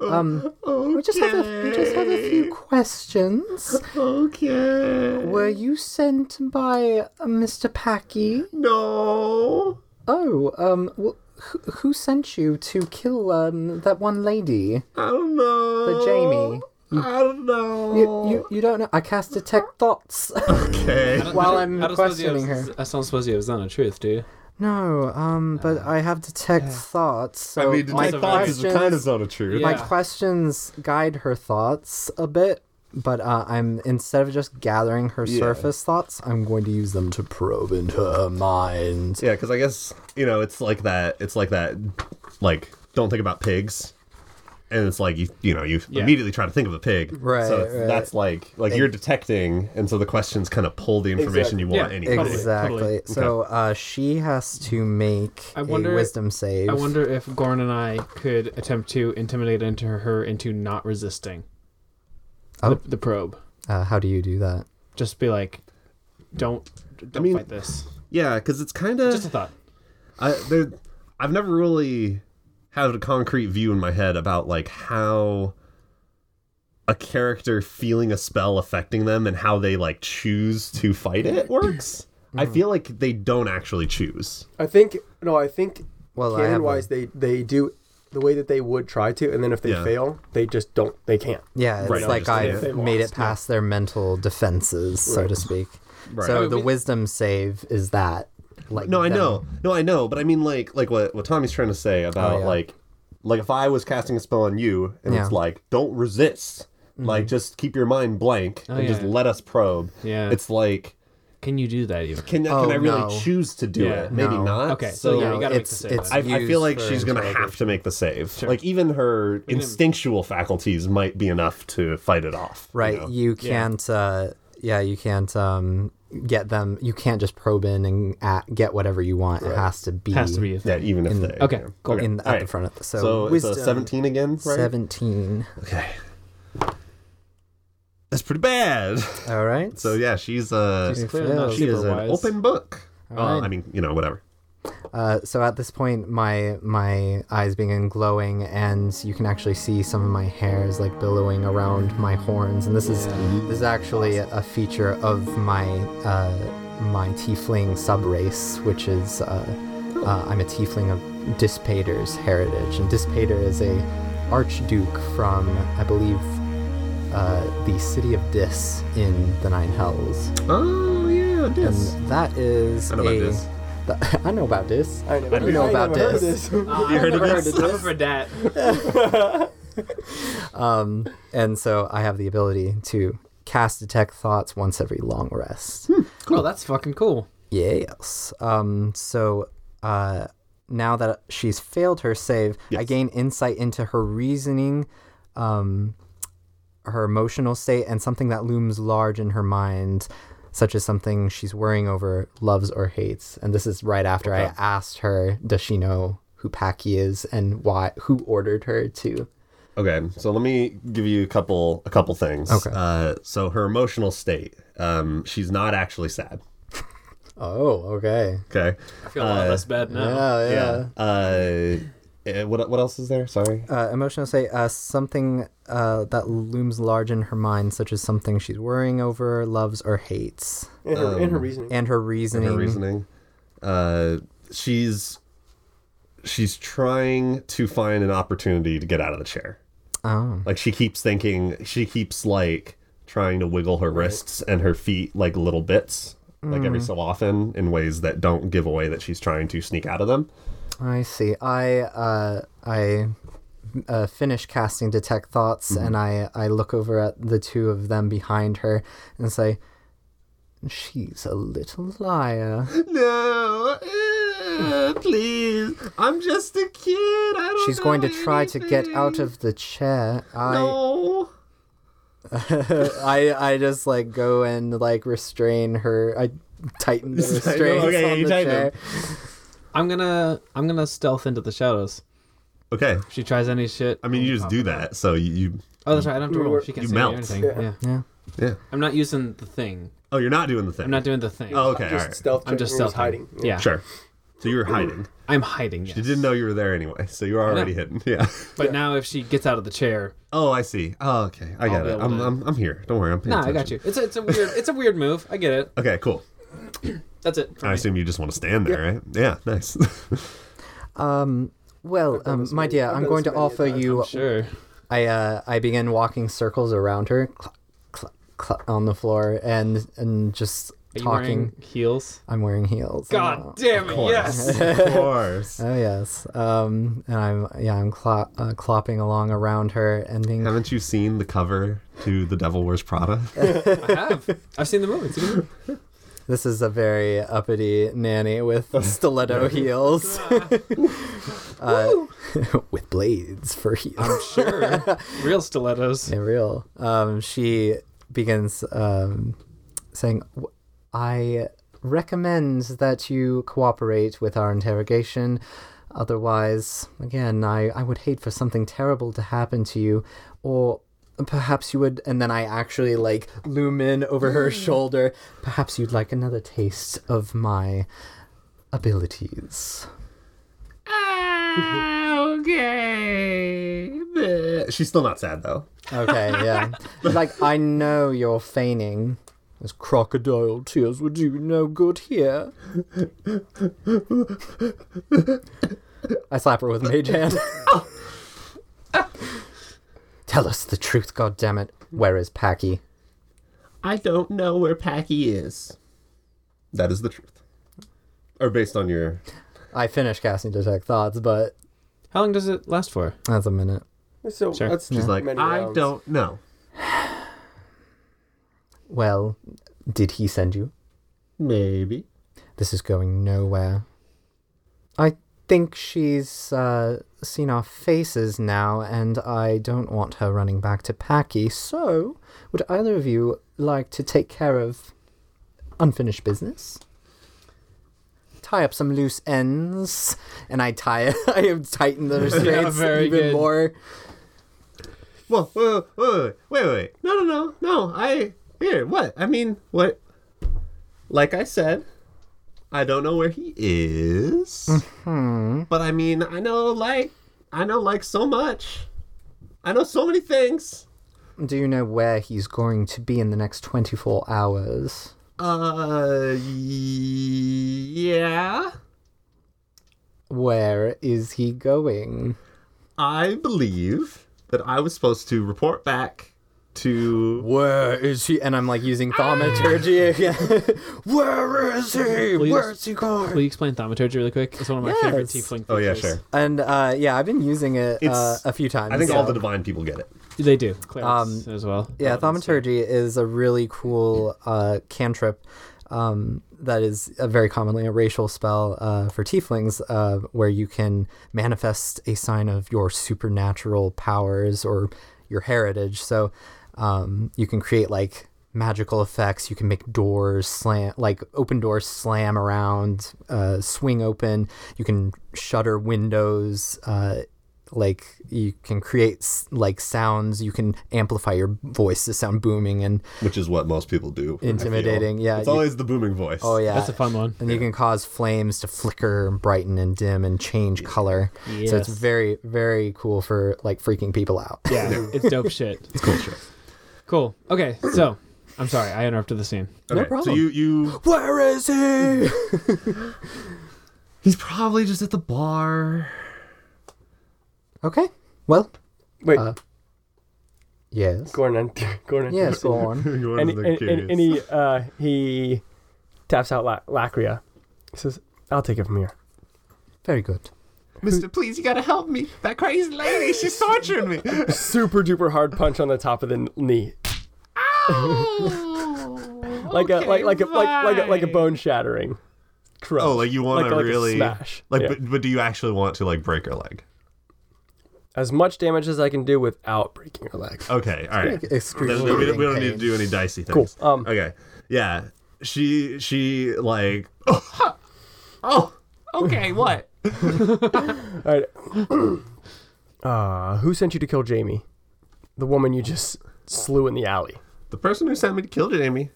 Speaker 2: um, we just have a, we just have a few questions.
Speaker 5: okay.
Speaker 2: Were you sent by uh, Mr. Packy?
Speaker 5: No.
Speaker 2: Oh, um, wh- who, who sent you to kill um that one lady,
Speaker 5: I don't know.
Speaker 2: the Jamie?
Speaker 5: I don't know.
Speaker 2: You, you, you don't know. I cast detect thoughts
Speaker 5: okay.
Speaker 2: while I'm
Speaker 3: I don't suppose you have-
Speaker 2: questioning her.
Speaker 3: I don't suppose you have Zone of Truth, do you?
Speaker 2: No, um, but I have detect thoughts. So
Speaker 5: I mean,
Speaker 2: my
Speaker 5: my
Speaker 3: also
Speaker 5: thoughts is
Speaker 2: questions-
Speaker 5: kind of zone of truth.
Speaker 3: Yeah.
Speaker 2: my questions guide her thoughts a bit but uh, i'm instead of just gathering her surface thoughts i'm going to use them to probe into her mind
Speaker 5: Yeah, because I guess you know it's like that. It's like that. Like, don't think about pigs, and it's like you you know you
Speaker 3: Yeah.
Speaker 5: immediately try to think of a pig.
Speaker 2: Right,
Speaker 5: So it's-
Speaker 2: right.
Speaker 5: that's like like you're detecting, and so the questions kind of pull the information you want
Speaker 3: Yeah,
Speaker 5: anyway.
Speaker 3: totally,
Speaker 2: exactly
Speaker 3: totally.
Speaker 2: so uh, she has to make
Speaker 3: I
Speaker 2: a
Speaker 3: wonder-
Speaker 2: wisdom save
Speaker 3: I wonder if Gorn and I could attempt to intimidate into her into not resisting
Speaker 2: Oh.
Speaker 3: the, the probe.
Speaker 2: uh, how do you do that
Speaker 3: Just be like, don't, don't
Speaker 5: mean-
Speaker 3: fight this.
Speaker 5: Yeah, because it's kind
Speaker 3: Just a
Speaker 5: of
Speaker 3: thought.
Speaker 5: I there. I've never really had a concrete view in my head about like how a character feeling a spell affecting them and how they like choose to fight it works. I feel like they don't actually choose.
Speaker 4: I think no, I think
Speaker 2: Well, I have
Speaker 4: canon wise they they do the way that they would try to, and then if they
Speaker 5: Yeah.
Speaker 4: fail, they just don't. They can't.
Speaker 2: yeah it's
Speaker 5: Right, no,
Speaker 2: like
Speaker 5: just-
Speaker 2: i've
Speaker 4: yeah.
Speaker 2: made it past their mental defenses so to speak
Speaker 5: Right.
Speaker 2: so
Speaker 5: I
Speaker 2: the wisdom save is that like
Speaker 5: No, I
Speaker 2: them-
Speaker 5: know. No, I know. But I mean, like, like what what Tommy's trying to say about
Speaker 2: Oh, yeah.
Speaker 5: like, like if I was casting a spell on you, and
Speaker 2: Yeah. Mm-hmm.
Speaker 5: it's like, don't resist. Like, just keep your mind blank
Speaker 2: Oh,
Speaker 5: and just
Speaker 3: yeah.
Speaker 5: let us probe.
Speaker 3: Yeah.
Speaker 5: It's like,
Speaker 3: Can you do that even?
Speaker 5: can
Speaker 2: Oh,
Speaker 5: can I really
Speaker 2: no.
Speaker 5: choose to do
Speaker 3: Yeah.
Speaker 5: it? Maybe
Speaker 2: No.
Speaker 5: not.
Speaker 3: Okay, so
Speaker 5: So.
Speaker 3: yeah, you
Speaker 2: No,
Speaker 3: gotta make
Speaker 2: it's-
Speaker 3: the save.
Speaker 2: it's
Speaker 5: I, I feel
Speaker 2: used
Speaker 5: like
Speaker 2: for
Speaker 5: she's gonna have to make the save. Like even her instinctual faculties might be enough to fight it off. you
Speaker 2: right
Speaker 5: know?
Speaker 2: you, can't uh yeah you can't um get them you can't just probe in and at, get whatever you want it has to be
Speaker 3: Has to be a thing.
Speaker 5: Yeah, even if they.
Speaker 3: Okay,
Speaker 5: yeah.
Speaker 3: cool.
Speaker 2: in the, at the
Speaker 5: alright.
Speaker 2: front of the so, uh,
Speaker 5: So it's a
Speaker 2: wisdom,
Speaker 5: seventeen again, right?
Speaker 2: 17
Speaker 5: Okay. That's pretty bad.
Speaker 2: all right
Speaker 5: So yeah, she's uh
Speaker 3: She's clearly not
Speaker 5: she is
Speaker 3: super
Speaker 5: an
Speaker 3: wise.
Speaker 5: open book. Uh,
Speaker 2: Alright.
Speaker 5: I mean, you know, whatever.
Speaker 2: uh, so at this point my my eyes begin glowing and you can actually see some of my hairs like billowing around my horns and this is this is actually a feature of my uh my tiefling subrace which is uh Uh, I'm a tiefling of Dispater's heritage, and Dispater is a archduke from, I believe, uh, the city of Dis in the Nine Hells.
Speaker 5: Oh yeah, this.
Speaker 2: And that is
Speaker 5: I know about
Speaker 2: a-
Speaker 5: Dis.
Speaker 2: th- I know about Dis.
Speaker 4: I never,
Speaker 2: You know about
Speaker 4: heard of
Speaker 2: this.
Speaker 3: you Ah, heard
Speaker 2: of this?
Speaker 3: I'm for that.
Speaker 2: Um, and so I have the ability to cast detect thoughts once every long rest.
Speaker 3: Oh, that's fucking cool.
Speaker 2: Yes. Um, so uh, now that she's failed her save, I gain insight into her reasoning, um, her emotional state, and something that looms large in her mind, such as something she's worrying over, loves, or hates. And this is right after I asked her, does she know who Packy is and why, who ordered her to?
Speaker 5: Okay, so let me give you a couple a couple things.
Speaker 2: Okay.
Speaker 5: Uh, so her emotional state. Um, she's not actually sad.
Speaker 2: Oh, okay.
Speaker 5: Okay.
Speaker 3: I feel a lot less Oh, bad now.
Speaker 2: Yeah, yeah.
Speaker 5: Uh, eh, what what else is there? Sorry.
Speaker 2: uh, emotional state, uh, something uh, that looms large in her mind, such as something she's worrying over, loves, or hates,
Speaker 4: In her, in her reasoning.
Speaker 2: and her reasoning.
Speaker 5: her reasoning. Uh, she's she's trying to find an opportunity to get out of the chair.
Speaker 2: Oh,
Speaker 5: Like she keeps thinking, she keeps like trying to wiggle her wrists and her feet like little bits, like
Speaker 2: Mm.
Speaker 5: every so often in ways that don't give away that she's trying to sneak out of them.
Speaker 2: I see. I uh, I uh, finish casting detect thoughts,
Speaker 5: Mm-hmm.
Speaker 2: and I I look over at the two of them behind her and say, "She's a little liar."
Speaker 5: No. kid, please. I'm just a kid. I don't.
Speaker 2: She's going to try to get out of the chair. I
Speaker 5: No.
Speaker 2: I I just like go and like restrain her. I tighten the
Speaker 5: Just tighten-
Speaker 2: restraints
Speaker 5: okay,
Speaker 2: on
Speaker 5: you
Speaker 2: the
Speaker 5: tighten
Speaker 2: chair.
Speaker 3: I'm gonna I'm gonna stealth into the shadows.
Speaker 5: Okay.
Speaker 3: If she tries any shit.
Speaker 5: I mean,
Speaker 2: Oh,
Speaker 5: you just do that. So you. you
Speaker 3: Oh, that's right. I don't have to roll. She can't
Speaker 5: You
Speaker 3: see me or
Speaker 5: mount.
Speaker 3: anything. Yeah.
Speaker 2: Yeah.
Speaker 5: yeah.
Speaker 3: I'm not using the thing.
Speaker 5: Oh, you're not doing the thing.
Speaker 3: I'm not doing the thing.
Speaker 5: Oh, okay.
Speaker 4: Just
Speaker 5: all right.
Speaker 4: stealth.
Speaker 3: I'm just
Speaker 4: checking,
Speaker 3: stealth
Speaker 4: hiding.
Speaker 3: Yeah.
Speaker 5: Sure. So you were hiding.
Speaker 3: I'm hiding. Yes.
Speaker 5: You didn't know you were there anyway, so you were already
Speaker 3: know.
Speaker 5: hidden. Yeah.
Speaker 3: But now if she gets out of the chair,
Speaker 5: Oh, I see. Oh, okay. I
Speaker 3: I'll
Speaker 5: got
Speaker 3: be
Speaker 5: it.
Speaker 3: able
Speaker 5: I'm,
Speaker 3: to-
Speaker 5: I'm, I'm here. Don't worry. I'm paying
Speaker 3: nah, I
Speaker 5: attention.
Speaker 3: got you. It's a, it's a weird it's a weird move. I get it.
Speaker 5: Okay, cool.
Speaker 3: That's it. For
Speaker 5: I
Speaker 3: me.
Speaker 5: assume you just want to stand there, right? Yeah, nice.
Speaker 2: Um. Well, um, my dear, I'm
Speaker 4: done
Speaker 2: going
Speaker 4: this
Speaker 2: to
Speaker 4: many a
Speaker 2: offer you.
Speaker 3: Sure.
Speaker 2: I uh, I begin walking circles around her, cluck, cluck, cluck, on the floor, and and just
Speaker 3: Are you
Speaker 2: talking.
Speaker 3: wearing heels?
Speaker 2: I'm wearing heels.
Speaker 3: God
Speaker 2: Oh.
Speaker 3: damn it! Yes.
Speaker 5: of course.
Speaker 2: Oh yes, um, and I'm yeah I'm clop, uh, clopping along around her and being
Speaker 5: Haven't you seen the cover to The Devil Wears Prada?
Speaker 3: I have. I've seen the movie. It's a good movie.
Speaker 2: This is a very uppity nanny with stiletto heels. Uh, with blades for heels.
Speaker 3: I'm sure. Real stilettos.
Speaker 2: they real. Um, she begins um, saying, "W- I recommend that you cooperate with our interrogation. Otherwise, again, I, I would hate for something terrible to happen to you, or perhaps you would. And then I actually like loom in over her shoulder. Perhaps you'd like another taste of my abilities.
Speaker 5: Eh, She's still not sad, though.
Speaker 2: Okay, yeah. like, I know you're feigning. Those crocodile tears would do no good here. I slap her with mage hand. Tell us the truth, goddammit. Where is Packy?
Speaker 5: I don't know where Packy is. That is the truth. Or based on your.
Speaker 2: I finished casting Detect Thoughts, but
Speaker 3: How long does it last for?
Speaker 2: that's a minute.
Speaker 4: So
Speaker 3: Sure.
Speaker 4: that's
Speaker 5: She's like,
Speaker 4: many
Speaker 5: I
Speaker 4: rounds.
Speaker 5: don't know.
Speaker 2: Well, did he send you?
Speaker 5: Maybe.
Speaker 2: This is going nowhere. I think she's uh, seen our faces now, and I don't want her running back to Packy, so would either of you like to take care of unfinished business? Tie up some loose ends, and I tie I have tightened the restraints
Speaker 3: very
Speaker 2: even
Speaker 3: good.
Speaker 2: more.
Speaker 5: Well, wait, wait, wait, wait. No, no, no, no. I here. What? I mean, what? Like I said, I don't know where he is. But I mean, I know like I know like so much. I know so many things.
Speaker 2: Do you know where he's going to be in the next twenty four hours?
Speaker 5: Uh, yeah.
Speaker 2: Where is he going?
Speaker 5: I believe that I was supposed to report back to.
Speaker 2: Where is he? And I'm like using thaumaturgy again. Where is he?
Speaker 3: Please.
Speaker 2: Where's he
Speaker 3: Will
Speaker 2: going?
Speaker 3: you explain thaumaturgy really quick? It's one of my favorite
Speaker 2: Yes.
Speaker 3: tiefling.
Speaker 5: Oh yeah,
Speaker 3: features.
Speaker 5: sure.
Speaker 2: And uh, yeah, I've been using it uh,
Speaker 5: It's-
Speaker 2: a few times.
Speaker 5: I think all
Speaker 2: so-
Speaker 5: the divine people get it.
Speaker 3: They do. Clarence as well.
Speaker 2: yeah, thaumaturgy is a really cool uh, cantrip um, that is a very commonly a racial spell uh, for tieflings, uh, where you can manifest a sign of your supernatural powers or your heritage. So um, you can create like magical effects. You can make doors slam, like open doors slam around, uh, swing open. You can shutter windows. Uh, like you can create s- like sounds you can amplify your voice to sound booming and
Speaker 5: which is what most people do. I feel.
Speaker 2: Intimidating, yeah,
Speaker 5: it's
Speaker 2: you-
Speaker 5: always the booming voice.
Speaker 2: oh yeah
Speaker 3: That's a fun one.
Speaker 2: and you can cause flames to flicker and brighten and dim and change color so it's
Speaker 3: Yes.
Speaker 2: very very cool for like freaking people out
Speaker 3: Yeah, it's dope shit. It's cool shit. Cool. Okay, so I'm sorry I interrupted the scene.
Speaker 5: Okay,
Speaker 2: problem.
Speaker 5: So you you
Speaker 2: where is he
Speaker 5: he's probably just at the bar.
Speaker 2: okay well
Speaker 4: Wait,
Speaker 2: Uh, yes
Speaker 4: Gordon. Gordon.
Speaker 2: yes go on
Speaker 4: And, and, and, and he uh, he taps out La- Lacria. He says, "I'll take it from here."
Speaker 2: very good
Speaker 5: Mister, please, you gotta help me. That crazy lady, she's torturing me.
Speaker 4: Super duper hard punch on the top of the kn- knee, like a like like a, like like a, like a bone shattering.
Speaker 7: crunch.
Speaker 5: Oh, like you want to
Speaker 7: like a
Speaker 5: really
Speaker 7: smash.
Speaker 5: Like,
Speaker 7: Yeah.
Speaker 5: but, but do you actually want to like break her leg?
Speaker 7: as much damage as I can do without breaking her leg.
Speaker 5: Okay, all right. Then
Speaker 2: Excruciating
Speaker 5: Uh, we, we don't, we don't need
Speaker 2: pain.
Speaker 5: to do any dicey things.
Speaker 7: Cool, um,
Speaker 5: okay. Yeah. She she like oh
Speaker 8: Okay, what?
Speaker 7: All right. uh, who sent you to kill Jamie? The woman you just slew in the alley.
Speaker 5: the person who sent me to kill Jamie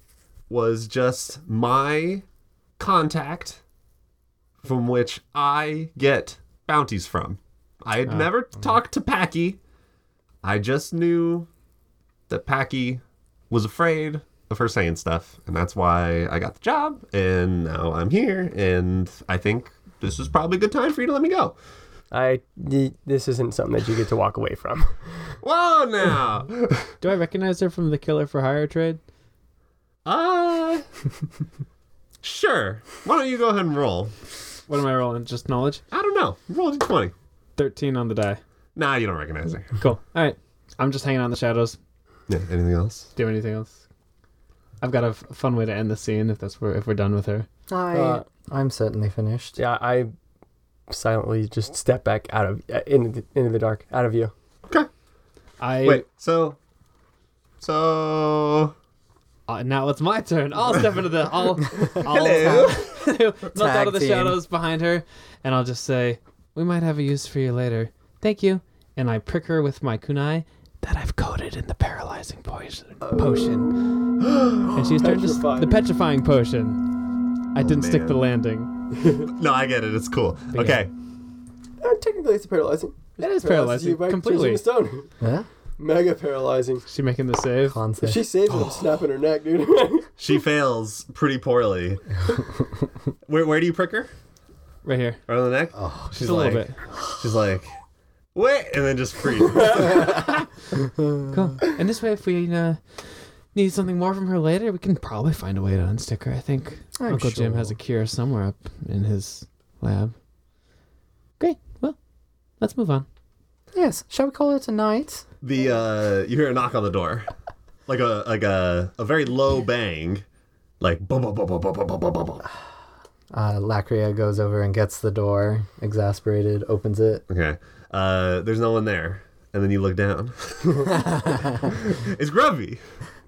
Speaker 5: was just my contact from which I get bounties from. I had never talked to Packy. I just knew that Packy was afraid of her saying stuff, and that's why I got the job, and now I'm here, and I think this is probably a good time for you to let me go.
Speaker 7: I y- this isn't something that you get to walk away from.
Speaker 5: Whoa now!
Speaker 8: Do I recognize her from the Killer for Hire trade?
Speaker 5: Uh Sure. Why don't you go ahead and roll?
Speaker 3: What am I rolling? Just knowledge?
Speaker 5: I don't know. Roll a d20.
Speaker 3: 13 on the die.
Speaker 5: Nah, you don't recognize her.
Speaker 3: Cool. All right. I'm just hanging out in the shadows.
Speaker 5: Yeah, anything else?
Speaker 3: Do anything else? I've got a f- fun way to end the scene if that's where, if we're done with her.
Speaker 2: I,
Speaker 7: Uh,
Speaker 2: I'm certainly finished.
Speaker 7: yeah, I silently just step back out of uh, into the, into the dark, out of view.
Speaker 3: I
Speaker 5: Wait, so. So.
Speaker 3: uh, now it's my turn. I'll step into the I'll I'll melt out of the
Speaker 2: team.
Speaker 3: shadows behind her, and I'll just say, "We might have a use for you later. Thank you." And I prick her with my kunai that I've coated in the paralyzing poison potion, and she's turned to s- the petrifying potion.
Speaker 5: Oh,
Speaker 3: I didn't stick the landing.
Speaker 5: No, I get it. It's cool. Okay.
Speaker 4: Uh, technically, it's paralyzing.
Speaker 3: It is
Speaker 4: Paralyzes
Speaker 3: paralyzing,
Speaker 4: you by
Speaker 3: completely.
Speaker 4: choosing a stone.
Speaker 2: Yeah?
Speaker 4: Mega paralyzing.
Speaker 3: She making the save.
Speaker 4: If
Speaker 2: Concept.
Speaker 4: she saves it, I'm snapping her neck, dude.
Speaker 5: She fails pretty poorly. where, where do you prick her?
Speaker 3: Right here.
Speaker 5: Right on the neck? Oh, she's
Speaker 3: Just a
Speaker 5: like,
Speaker 3: little bit.
Speaker 5: She's like, wait, and then just freeze.
Speaker 3: Cool. And this way, if we uh, need something more from her later, we can probably find a way to unstick her. I think
Speaker 2: I'm
Speaker 3: Uncle Jim has a
Speaker 2: sure.
Speaker 3: cure somewhere up in his lab. Great. Well, let's move on.
Speaker 2: Yes, shall we call it a night?
Speaker 5: the uh you hear a knock on the door like a like a a very low bang like bum, bum, bum, bum, bum, bum, bum, bum, bum, bum.
Speaker 2: Uh, Lacria goes over and gets the door, exasperated, opens it.
Speaker 5: okay uh there's no one there and then you look down it's grubby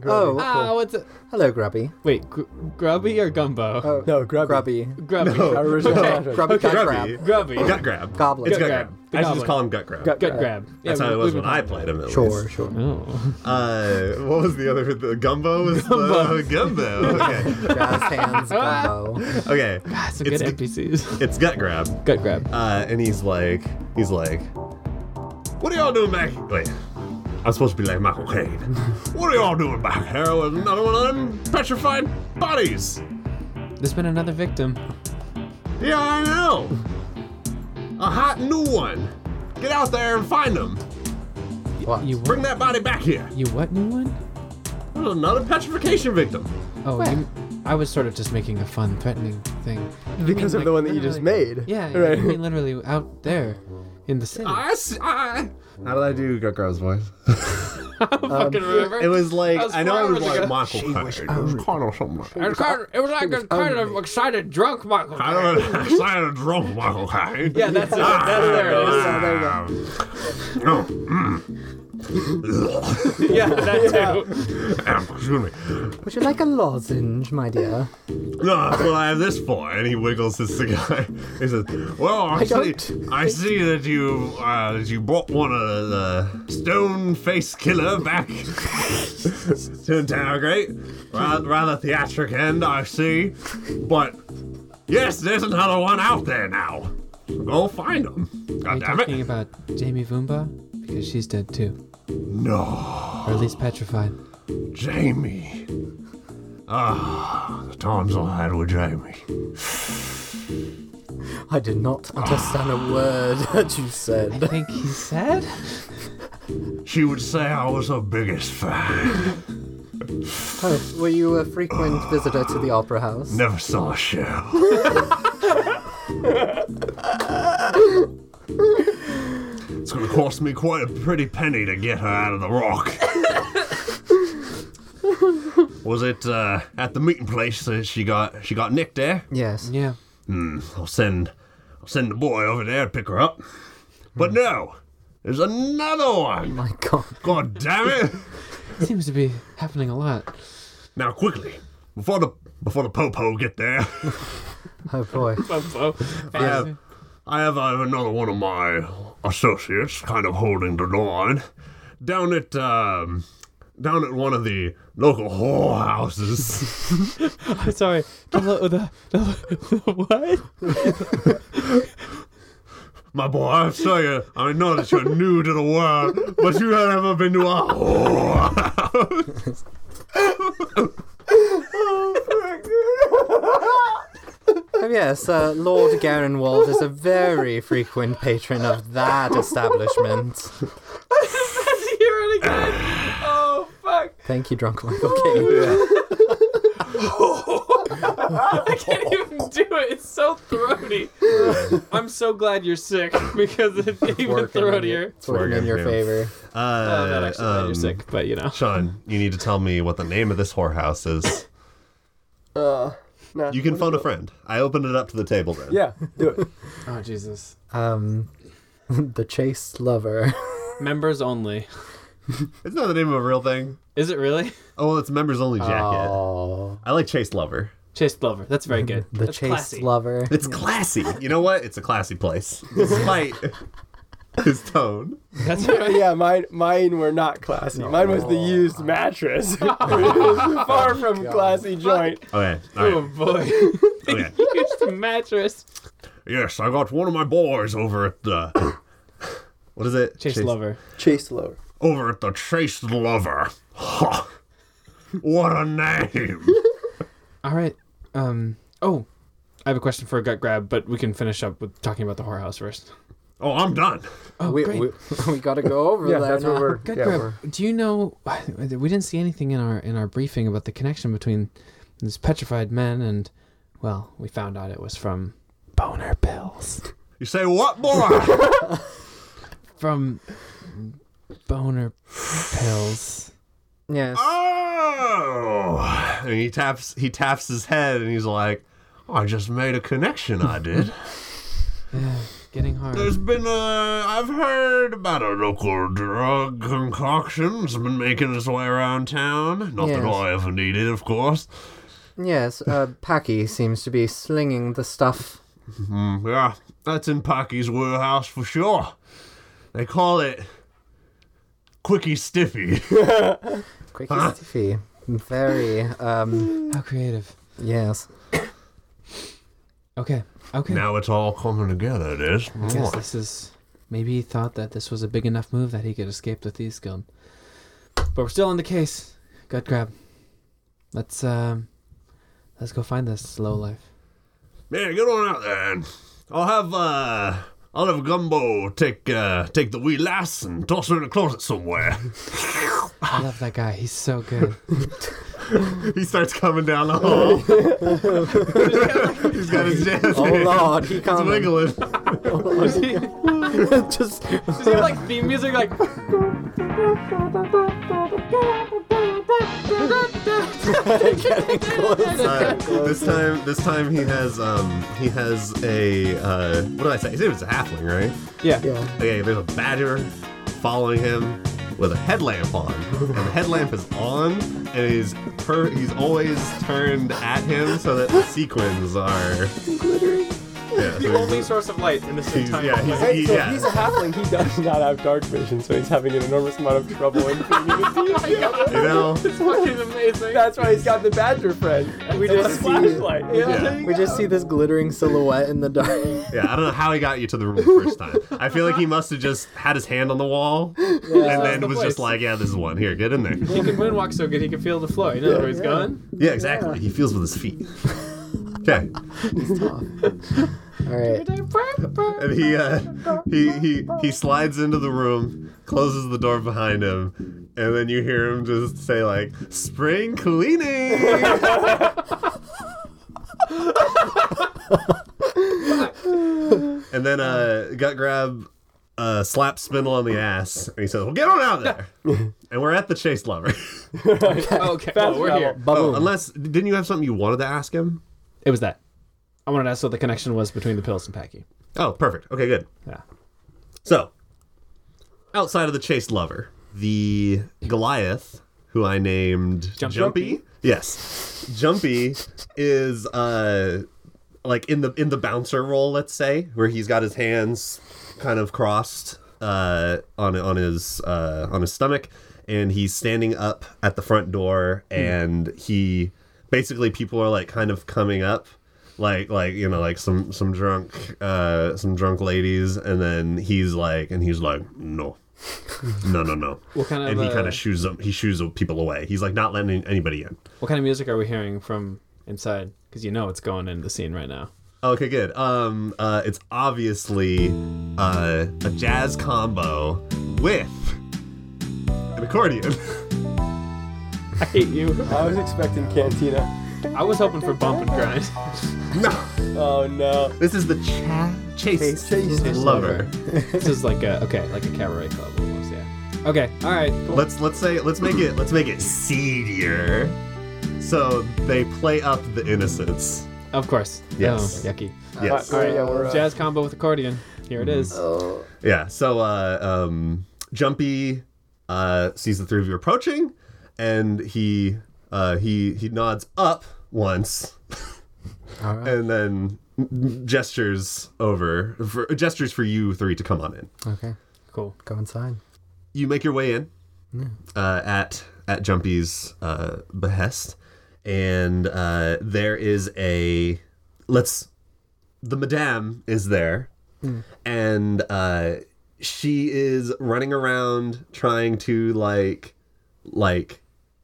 Speaker 2: Oh,
Speaker 3: Ah, what's it?
Speaker 2: hello, Grubby.
Speaker 3: Wait, gr- Grubby or Gumbo?
Speaker 5: Uh,
Speaker 2: Oh,
Speaker 7: No, grubby.
Speaker 2: Grubby.
Speaker 3: grubby.
Speaker 5: Oh.
Speaker 7: Our original contract.
Speaker 2: Grubby got
Speaker 5: grubby
Speaker 2: grab.
Speaker 3: Grubby.
Speaker 5: gut grab
Speaker 2: Goblin.
Speaker 5: it's gut
Speaker 3: Gut
Speaker 5: grab,
Speaker 3: grab. The
Speaker 5: i should just
Speaker 3: goblin.
Speaker 5: call him gut grab
Speaker 7: Gut
Speaker 3: Gut grab. Yeah,
Speaker 5: that's how
Speaker 3: we-
Speaker 5: it was
Speaker 3: we've
Speaker 5: when
Speaker 3: been
Speaker 5: i
Speaker 3: talking
Speaker 5: played
Speaker 3: about
Speaker 5: him at
Speaker 2: Sure,
Speaker 5: least.
Speaker 2: sure.
Speaker 3: Oh.
Speaker 5: uh what was the other the gumbo was the gumbo okay
Speaker 2: Jazz hands, gumbo.
Speaker 5: okay
Speaker 3: That's a
Speaker 5: It's
Speaker 3: good NPCs.
Speaker 5: it's gut grab
Speaker 3: Gut grab.
Speaker 5: Uh, and he's like, he's like, what are y'all doing back? Wait, I'm supposed to be like Michael Caine. What are y'all doing back here with another one of them petrified bodies?
Speaker 3: There's been another victim.
Speaker 5: Yeah, I know. A hot new one. Get out there and find them.
Speaker 2: What?
Speaker 3: You what?
Speaker 5: Bring that body back here.
Speaker 3: You what new one?
Speaker 5: There's Oh, another petrification victim.
Speaker 3: Oh, you, I was sort of just making a fun, threatening thing.
Speaker 7: Because of the one that you just made.
Speaker 3: Yeah, yeah
Speaker 7: Right.
Speaker 3: I mean literally out there in the city.
Speaker 5: I, s- I- How did I do Gut Girl's voice?
Speaker 3: fucking remember.
Speaker 5: It was like,
Speaker 3: was
Speaker 5: I know I
Speaker 3: four
Speaker 5: was
Speaker 3: hours
Speaker 5: like
Speaker 3: ago.
Speaker 5: Michael Caine. It was kind of something like
Speaker 8: It was kind of, it was like a kind of excited drunk Michael.
Speaker 5: I don't know. I sounded drunk, Michael Ah, Caine.
Speaker 3: yeah, that's it. That's there. it is.
Speaker 5: there you go.
Speaker 3: Yeah, that too.
Speaker 5: mm. Excuse me.
Speaker 2: Would you like a lozenge, my dear?
Speaker 5: No, that's what I have this for. And he wiggles his cigar. He says, "Well, I, see, I see that you uh, that you brought one of the stone face killer back to interrogate. Rather, rather theatric end, I see. But yes, there's another one out there now. Go find him.
Speaker 3: Are
Speaker 5: God
Speaker 3: you
Speaker 5: damn
Speaker 3: talking
Speaker 5: it!
Speaker 3: about Jamie Vumba? Because she's dead too.
Speaker 5: No,
Speaker 3: Or at least petrified.
Speaker 5: Jamie. Ah, the times I had with Jamie."
Speaker 2: I did not understand a word that you
Speaker 3: I
Speaker 2: said.
Speaker 3: think he's sad?
Speaker 6: She would say I was her biggest fan.
Speaker 2: Oh, were you a frequent visitor to the opera house?
Speaker 6: Never saw a show. it's gonna cost me quite a pretty penny to get her out of the rock. was it uh, at the meeting place that she got she got nicked there?
Speaker 2: Yes.
Speaker 3: Yeah.
Speaker 6: I'll send, I'll send the boy over there to pick her up. But no, there's another one.
Speaker 2: My God.
Speaker 6: God damn it!
Speaker 3: Seems to be happening a lot.
Speaker 6: Now quickly, before the before the popo get there,
Speaker 2: Oh boy.
Speaker 6: I have I have uh, another one of my associates kind of holding the line down at um, down at one of the local whorehouses.
Speaker 3: I'm sorry. The, lo- the, the, the what?
Speaker 6: My boy, I tell you, I know that you're new to the world, but you have never been to a whorehouse.
Speaker 2: Oh, yes, uh, Lord Garenwald is a very frequent patron of that establishment.
Speaker 8: Hear it again. Oh fuck!
Speaker 2: Thank you, Drunk Michael King.
Speaker 8: I can't even do it. It's so throaty. I'm so glad you're sick because it's even
Speaker 2: working on you.
Speaker 8: throatier.
Speaker 2: It's working in your
Speaker 5: Yeah.
Speaker 2: favor.
Speaker 5: Uh,
Speaker 8: Oh, not actually glad
Speaker 2: um,
Speaker 8: you're sick, but you know.
Speaker 5: Sean, you need to tell me what the name of this whorehouse is.
Speaker 4: Nah.
Speaker 5: You can phone a friend. I opened it up to the table then.
Speaker 4: Yeah, do it.
Speaker 3: Oh Jesus.
Speaker 2: Um, the chaste lover.
Speaker 8: Members only.
Speaker 5: It's not the name of a real thing.
Speaker 8: Is it really?
Speaker 5: Oh, it's members only jacket. I like Chase Lover.
Speaker 8: Chase Lover. That's very good.
Speaker 2: The
Speaker 8: That's
Speaker 2: chaste
Speaker 8: classy.
Speaker 2: lover.
Speaker 5: It's
Speaker 6: Mm.
Speaker 5: classy. You know what? It's a classy place. Despite his tone.
Speaker 8: That's right.
Speaker 4: yeah, mine mine were not classy. mine was the used mattress. It was far from classy joint.
Speaker 5: Okay.
Speaker 8: Oh
Speaker 5: All right.
Speaker 8: boy.
Speaker 5: Okay.
Speaker 8: Here's the mattress.
Speaker 6: yes, I got one of my boys over at the
Speaker 5: What is it?
Speaker 8: Chase, Lover.
Speaker 4: Chase lower.
Speaker 6: over at the Chase Lover. Huh. What a name!
Speaker 3: All right. Um. Oh, I have a question for a gut grab, but we can finish up with talking about the whorehouse first.
Speaker 6: Oh, I'm done.
Speaker 3: Oh,
Speaker 2: we,
Speaker 3: great.
Speaker 2: we, we gotta go over
Speaker 4: Yeah,
Speaker 2: there
Speaker 4: that's
Speaker 2: now.
Speaker 4: where we're.
Speaker 3: Gut
Speaker 4: yeah,
Speaker 3: grab.
Speaker 4: we're-
Speaker 3: Do you know? We didn't see anything in our in our briefing about the connection between this petrified man and, well, we found out it was from boner pills.
Speaker 6: You say what, boy?
Speaker 3: From boner pills.
Speaker 2: Yes.
Speaker 5: Ah!
Speaker 6: oh! And he taps. He taps his head, and he's like, "I just made a connection. I did."
Speaker 3: Getting hard.
Speaker 6: There's been a. I've heard about a local drug concoction that's been making its way around town. Not that
Speaker 2: Yes.
Speaker 6: I ever need it, of course.
Speaker 2: Yes, uh, Packy seems to be slinging the stuff.
Speaker 6: Mm, yeah, that's in Pocky's warehouse for sure. They call it Quickie Stiffy.
Speaker 2: Quick and stiffy. Very, um,
Speaker 3: How creative.
Speaker 2: yes.
Speaker 3: Okay. Okay.
Speaker 6: now it's all coming together, it is.
Speaker 3: I guess this is maybe he thought that this was a big enough move that he could escape the thieves guild. But we're still on the case. Gut grab. Let's um let's go find this low life.
Speaker 6: Yeah, get on out there. and I'll have uh, I'll have Gumbo take uh, take the wee lass and toss her in a closet somewhere.
Speaker 3: I love that guy. He's so good.
Speaker 5: He starts coming down the hall. He's got his jazz
Speaker 2: Oh lord, he
Speaker 5: It's
Speaker 2: can't.
Speaker 5: wiggling.
Speaker 8: Is he, is
Speaker 2: Just
Speaker 8: he like theme music? Like
Speaker 5: Uh, this time, this time he has um he has a uh what did I say? His name is a halfling, right?
Speaker 3: Yeah.
Speaker 5: Okay, there's a badger following him with a headlamp on, and the headlamp is on, and he's per- he's always turned at him so that the sequins are glittering. Yeah, so
Speaker 8: only source of light in this
Speaker 5: he's, he's,
Speaker 8: entire.
Speaker 5: yeah, he's,
Speaker 4: Hey,
Speaker 5: he-
Speaker 4: so
Speaker 5: yeah.
Speaker 4: he's a halfling. He does not have dark vision, so he's having an enormous amount of trouble. in figuring this out.
Speaker 5: you know.
Speaker 8: It's fucking amazing.
Speaker 4: That's why he's got the badger friend. We
Speaker 8: It's a
Speaker 4: just flashlight.
Speaker 5: Yeah.
Speaker 2: we just see this glittering silhouette in the dark.
Speaker 5: yeah, I don't know how he got you to the room the first time. I feel like he must have just had his hand on the wall and then
Speaker 8: the
Speaker 5: was
Speaker 8: place.
Speaker 5: just like, yeah, this is one. Here, get in there.
Speaker 8: He can moonwalk so good he can feel the floor. You know where he's going.
Speaker 5: Yeah, exactly. He feels with his feet. Okay,
Speaker 2: All right.
Speaker 5: and he uh, he he he slides into the room, closes the door behind him, and then you hear him just say like, "Spring cleaning." and then uh, gut grab, uh, slap spindle on the ass, and he says, "Well, get on out of there." and we're at the chase lover.
Speaker 8: Oh, okay. Oh, we're here.
Speaker 2: Baboon.
Speaker 5: Unless didn't you have something you wanted to ask him?
Speaker 3: It was that. I wanted to ask what the connection was between the pills and Packy.
Speaker 5: Oh, perfect. Okay, good.
Speaker 3: Yeah.
Speaker 5: So, outside of the chased lover, the Goliath, who I named
Speaker 3: Jump- Jumpy?
Speaker 5: Yes, Jumpy is uh like in the in the bouncer role, let's say, where he's got his hands kind of crossed uh on on his uh on his stomach, and he's standing up at the front door,
Speaker 3: Hmm.
Speaker 5: and he basically people are like kind of coming up like like you know like some some drunk uh some drunk ladies and then he's like and he's like no no no no
Speaker 3: What kind of
Speaker 5: and he
Speaker 3: uh,
Speaker 5: kind of shoos them he shoos people away he's like not letting anybody in
Speaker 3: what kind of music are we hearing from inside? Because you know it's going in the scene right now.
Speaker 5: okay good um uh it's obviously uh a jazz combo with an accordion
Speaker 3: I hate you.
Speaker 7: I was expecting Cantina.
Speaker 3: I was hoping for bump and grind.
Speaker 5: no
Speaker 7: Oh no.
Speaker 5: this is the cha- chase,
Speaker 7: Chase
Speaker 5: lover
Speaker 3: this is like a okay, like a cabaret club almost. Yeah. Okay. All right. Cool.
Speaker 5: let's let's say let's make it let's make it seedier so they play up the innocence
Speaker 3: Of course.
Speaker 5: Yes.
Speaker 3: Oh, yucky.
Speaker 5: yes
Speaker 7: All right, yeah, we're, uh,
Speaker 3: Jazz combo with accordion. Here it is.
Speaker 5: Yeah. So uh, um, Jumpy uh, sees the three of you approaching, and he uh, he he nods up once, and then gestures over for, gestures for you three to come on in.
Speaker 2: Okay,
Speaker 3: Cool.
Speaker 2: go inside.
Speaker 5: You make your way in uh, at at Jumpy's uh, behest, and uh, there is a let's the madame is there and uh she is running around trying to like like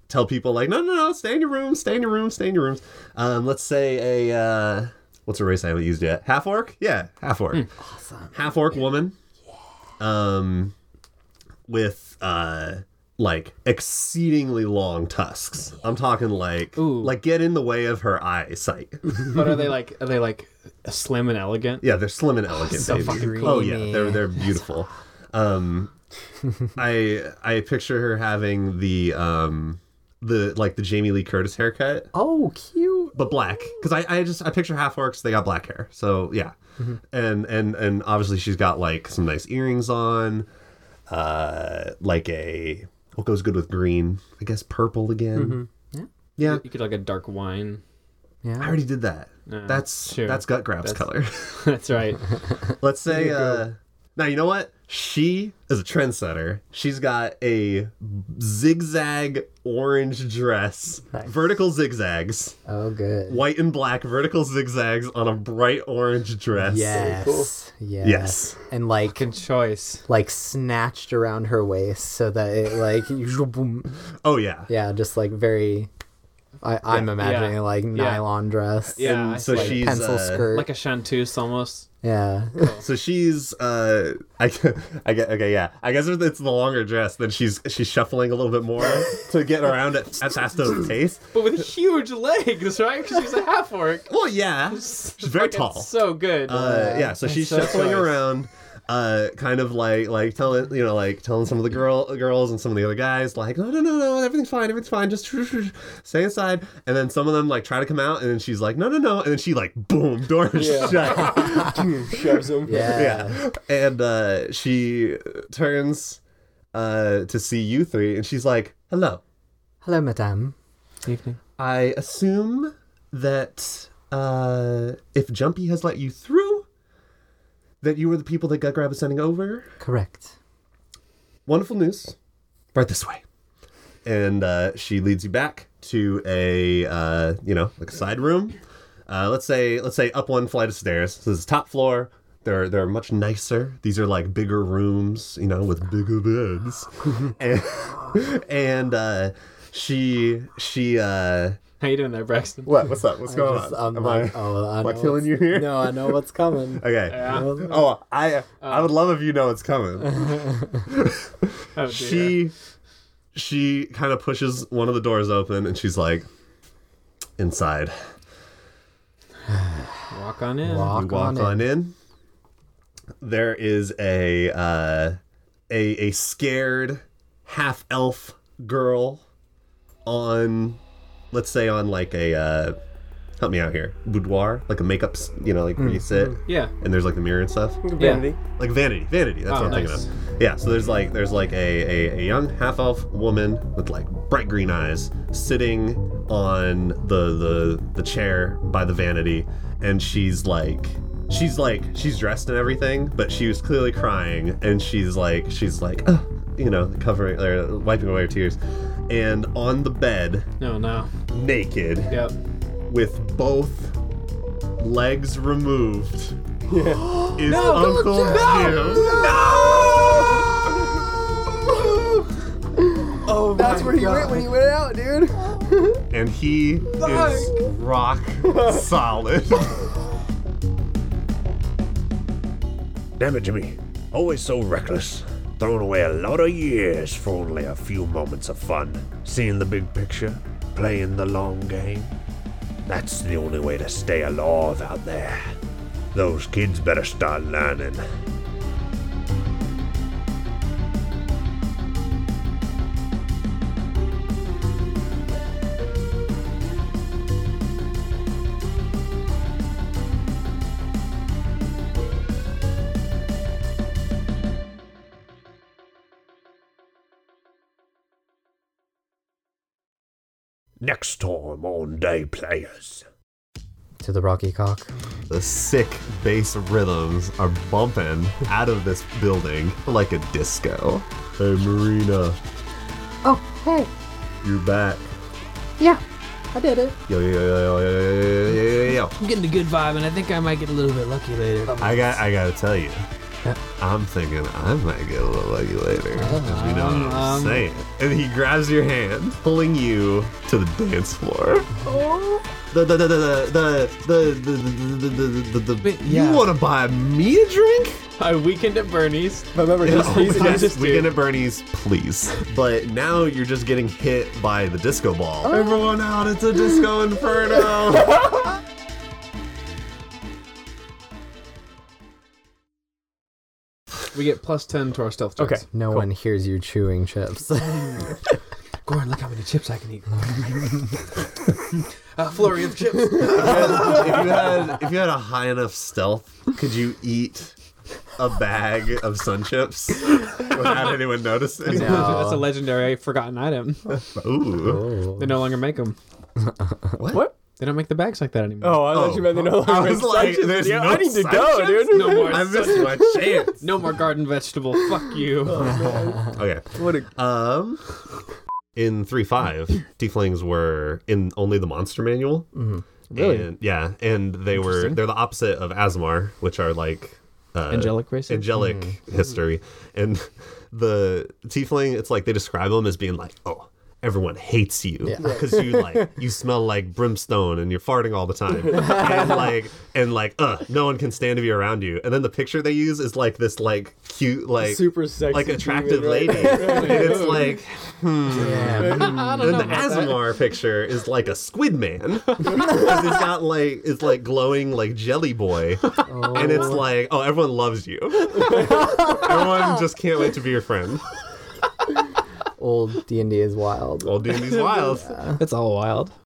Speaker 5: tell people like no no no stay in your room stay in your room stay in your rooms um let's say a uh what's a race i haven't used yet half orc yeah half orc awesome half orc woman um with uh like exceedingly long tusks i'm talking like
Speaker 3: Ooh.
Speaker 5: like get in the way of her eyesight
Speaker 3: But are they like are they like slim and elegant?
Speaker 5: Yeah, they're slim and elegant,
Speaker 3: so
Speaker 5: baby.
Speaker 3: fucking
Speaker 5: Oh
Speaker 2: creamy.
Speaker 5: yeah, they're they're beautiful. Um, I I picture her having the um the like the Jamie Lee Curtis haircut,
Speaker 2: Oh, cute.
Speaker 5: but black. Because I, I just I picture half orcs, they got black hair. So yeah, and and and obviously she's got like some nice earrings on, uh, like a what goes good with green, I guess purple again. Yeah,
Speaker 3: You could like a dark wine.
Speaker 5: I already did that.
Speaker 3: Yeah,
Speaker 5: that's
Speaker 3: sure.
Speaker 5: that's gut grab's color.
Speaker 3: That's right.
Speaker 5: Let's say uh, now you know what she is a trendsetter. She's got a zigzag orange dress, vertical zigzags,
Speaker 2: Oh, good.
Speaker 5: white and black vertical zigzags on a bright orange dress.
Speaker 2: Yes. Yes.
Speaker 5: Yes.
Speaker 2: And like
Speaker 3: Good choice.
Speaker 2: like snatched around her waist so that it like boom.
Speaker 5: Oh yeah.
Speaker 2: yeah, just like very. I, I'm imagining
Speaker 3: yeah,
Speaker 2: like nylon dress.
Speaker 3: Yeah.
Speaker 5: And so
Speaker 3: like,
Speaker 5: she's
Speaker 2: pencil
Speaker 5: uh,
Speaker 2: skirt.
Speaker 3: like a chanteuse almost.
Speaker 2: yeah.
Speaker 5: So she's uh I I get okay yeah I guess if it's the longer dress then she's she's shuffling a little bit more to get around at at Asto's pace.
Speaker 3: But with huge legs, right? Because she's a half orc.
Speaker 5: Well yeah, she's very
Speaker 3: It's
Speaker 5: tall.
Speaker 3: so good.
Speaker 5: Uh, yeah, so she's
Speaker 3: so
Speaker 5: shuffling
Speaker 3: close.
Speaker 5: around, uh, kind of like like telling you know like telling some of the girl girls and some of the other guys like "Oh, no no no no everything's fine everything's fine just stay inside and then some of them like try to come out and then she's like no no no and then she like boom door is
Speaker 7: Yeah.
Speaker 5: shut
Speaker 7: shoves him.
Speaker 2: Yeah.
Speaker 5: yeah and uh, she turns uh, to see you three and she's like hello
Speaker 2: Hello, madame.
Speaker 3: Evening.
Speaker 5: I assume that uh, if Jumpy has let you through, that you were the people that Gut Grab is sending over.
Speaker 2: Correct.
Speaker 5: Wonderful news. Right this way. And uh, she leads you back to a uh, you know like a side room. Uh, let's say let's say up one flight of stairs. So this is top floor. They're they're much nicer. These are like bigger rooms, you know, with bigger beds. and and uh, she she uh,
Speaker 3: How you doing there, Braxton?
Speaker 5: what what's up? What's going
Speaker 2: Just, I'm
Speaker 5: on? Am
Speaker 2: like,
Speaker 5: I-
Speaker 2: oh, I
Speaker 5: am I
Speaker 2: know
Speaker 5: killing
Speaker 2: what's-
Speaker 5: you here?
Speaker 2: No, I know what's coming.
Speaker 5: Okay.
Speaker 2: I know
Speaker 3: Yeah.
Speaker 2: what's-
Speaker 5: Oh, I I would love if you know it's coming.
Speaker 3: Oh, dear.
Speaker 5: she she kind of pushes one of the doors open and she's like inside.
Speaker 3: walk on in.
Speaker 2: Walk,
Speaker 5: you walk
Speaker 2: on,
Speaker 5: on,
Speaker 2: in.
Speaker 5: in. There is a uh, a a scared half elf girl on let's say on like a uh, help me out here. Boudoir, like a makeup, s- you know, like where
Speaker 2: Mm,
Speaker 5: you sit
Speaker 3: Yeah.
Speaker 5: and there's like the mirror and stuff.
Speaker 4: Vanity.
Speaker 5: Like vanity, vanity. That's
Speaker 3: Oh,
Speaker 5: what I'm
Speaker 3: nice.
Speaker 5: thinking of. Yeah. So there's like there's like a, a, a young half elf woman with like bright green eyes sitting on the the the chair by the vanity, and she's like she's like she's dressed and everything, but she was clearly crying, and she's like she's like "Ugh," you know covering or wiping away her tears, and on the bed
Speaker 3: No, no.
Speaker 5: naked
Speaker 3: Yep.
Speaker 5: with both legs removed is Uncle Jim.
Speaker 2: Oh, that's where he went when he went.
Speaker 5: And he is rock solid.
Speaker 1: Damn it, Jimmy. Always so reckless. Throwing away a lot of years for only a few moments of fun. Seeing the big picture, playing the long game. That's the only way to stay alive out there. Those kids better start learning. Next time on Day Players.
Speaker 2: To the Rocky Cock.
Speaker 5: the sick bass rhythms are bumping out of this building like a disco. Hey, Marina,
Speaker 2: Oh, hey.
Speaker 5: you're back.
Speaker 2: Yeah, I did it.
Speaker 5: Yo, yo, yo, yo, yo, yo, yo, yo, yo, yo.
Speaker 8: I'm getting a good vibe, and I think I might get a little bit lucky later.
Speaker 5: I got I gotta tell you. I'm thinking I might get a little lucky later. Because you know
Speaker 8: Um,
Speaker 5: what I'm saying. And he grabs your hand, pulling you to the dance floor.
Speaker 8: Oh.
Speaker 5: The the the the the the the the the the the
Speaker 8: Wait,
Speaker 5: You
Speaker 8: yeah.
Speaker 5: wanna buy me a drink? Oh,
Speaker 8: I weekend at Bernie's.
Speaker 4: But remember, he's, he's, he's,
Speaker 5: Yes,
Speaker 8: just
Speaker 5: we get
Speaker 8: do.
Speaker 5: at Bernie's, please. But now you're just getting hit by the disco
Speaker 8: Oh.
Speaker 5: ball. Everyone out, it's a disco inferno!
Speaker 3: We get plus ten to our stealth checks.
Speaker 4: okay.
Speaker 2: No one hears you chewing chips.
Speaker 8: Gordon, look how many chips I can eat. a flurry of chips.
Speaker 5: if you had if you had a high enough stealth, could you eat a bag of sun chips without anyone noticing?
Speaker 3: That's a legendary forgotten item.
Speaker 5: Ooh.
Speaker 3: They no longer make them.
Speaker 5: What?
Speaker 3: They don't make the bags like that anymore.
Speaker 4: Oh, I thought
Speaker 5: Oh.
Speaker 4: you meant the no
Speaker 5: I was like,
Speaker 4: Sanchez
Speaker 5: there's
Speaker 4: video.
Speaker 5: no
Speaker 4: I need to go,
Speaker 5: Sanchez?
Speaker 4: dude.
Speaker 3: No more.
Speaker 5: I missed my chance.
Speaker 3: No more garden vegetable. Fuck you.
Speaker 5: Oh. Okay.
Speaker 4: What a
Speaker 5: Um in 3-5, tieflings were in only the monster manual.
Speaker 3: Really?
Speaker 5: And, yeah, and they were they're the opposite of Asmar, which are like uh,
Speaker 3: Angelic races?
Speaker 5: angelic history. And the tiefling, it's like they describe them as being like, oh, everyone hates you because you like you smell like brimstone and you're farting all the time, and like and like, uh, no one can stand to be around you. And then the picture they use is like this like cute like
Speaker 4: super sexy,
Speaker 5: like attractive
Speaker 4: demon, right?
Speaker 5: lady, and it's like.
Speaker 3: I
Speaker 5: And then the Asmar picture is like a squid man. 'Cause it's got like it's like glowing like jelly boy. And it's like, oh, everyone loves you. everyone just can't wait to be your friend.
Speaker 2: Old D and D is wild.
Speaker 5: Well, doing these wilds.
Speaker 3: That's all wild.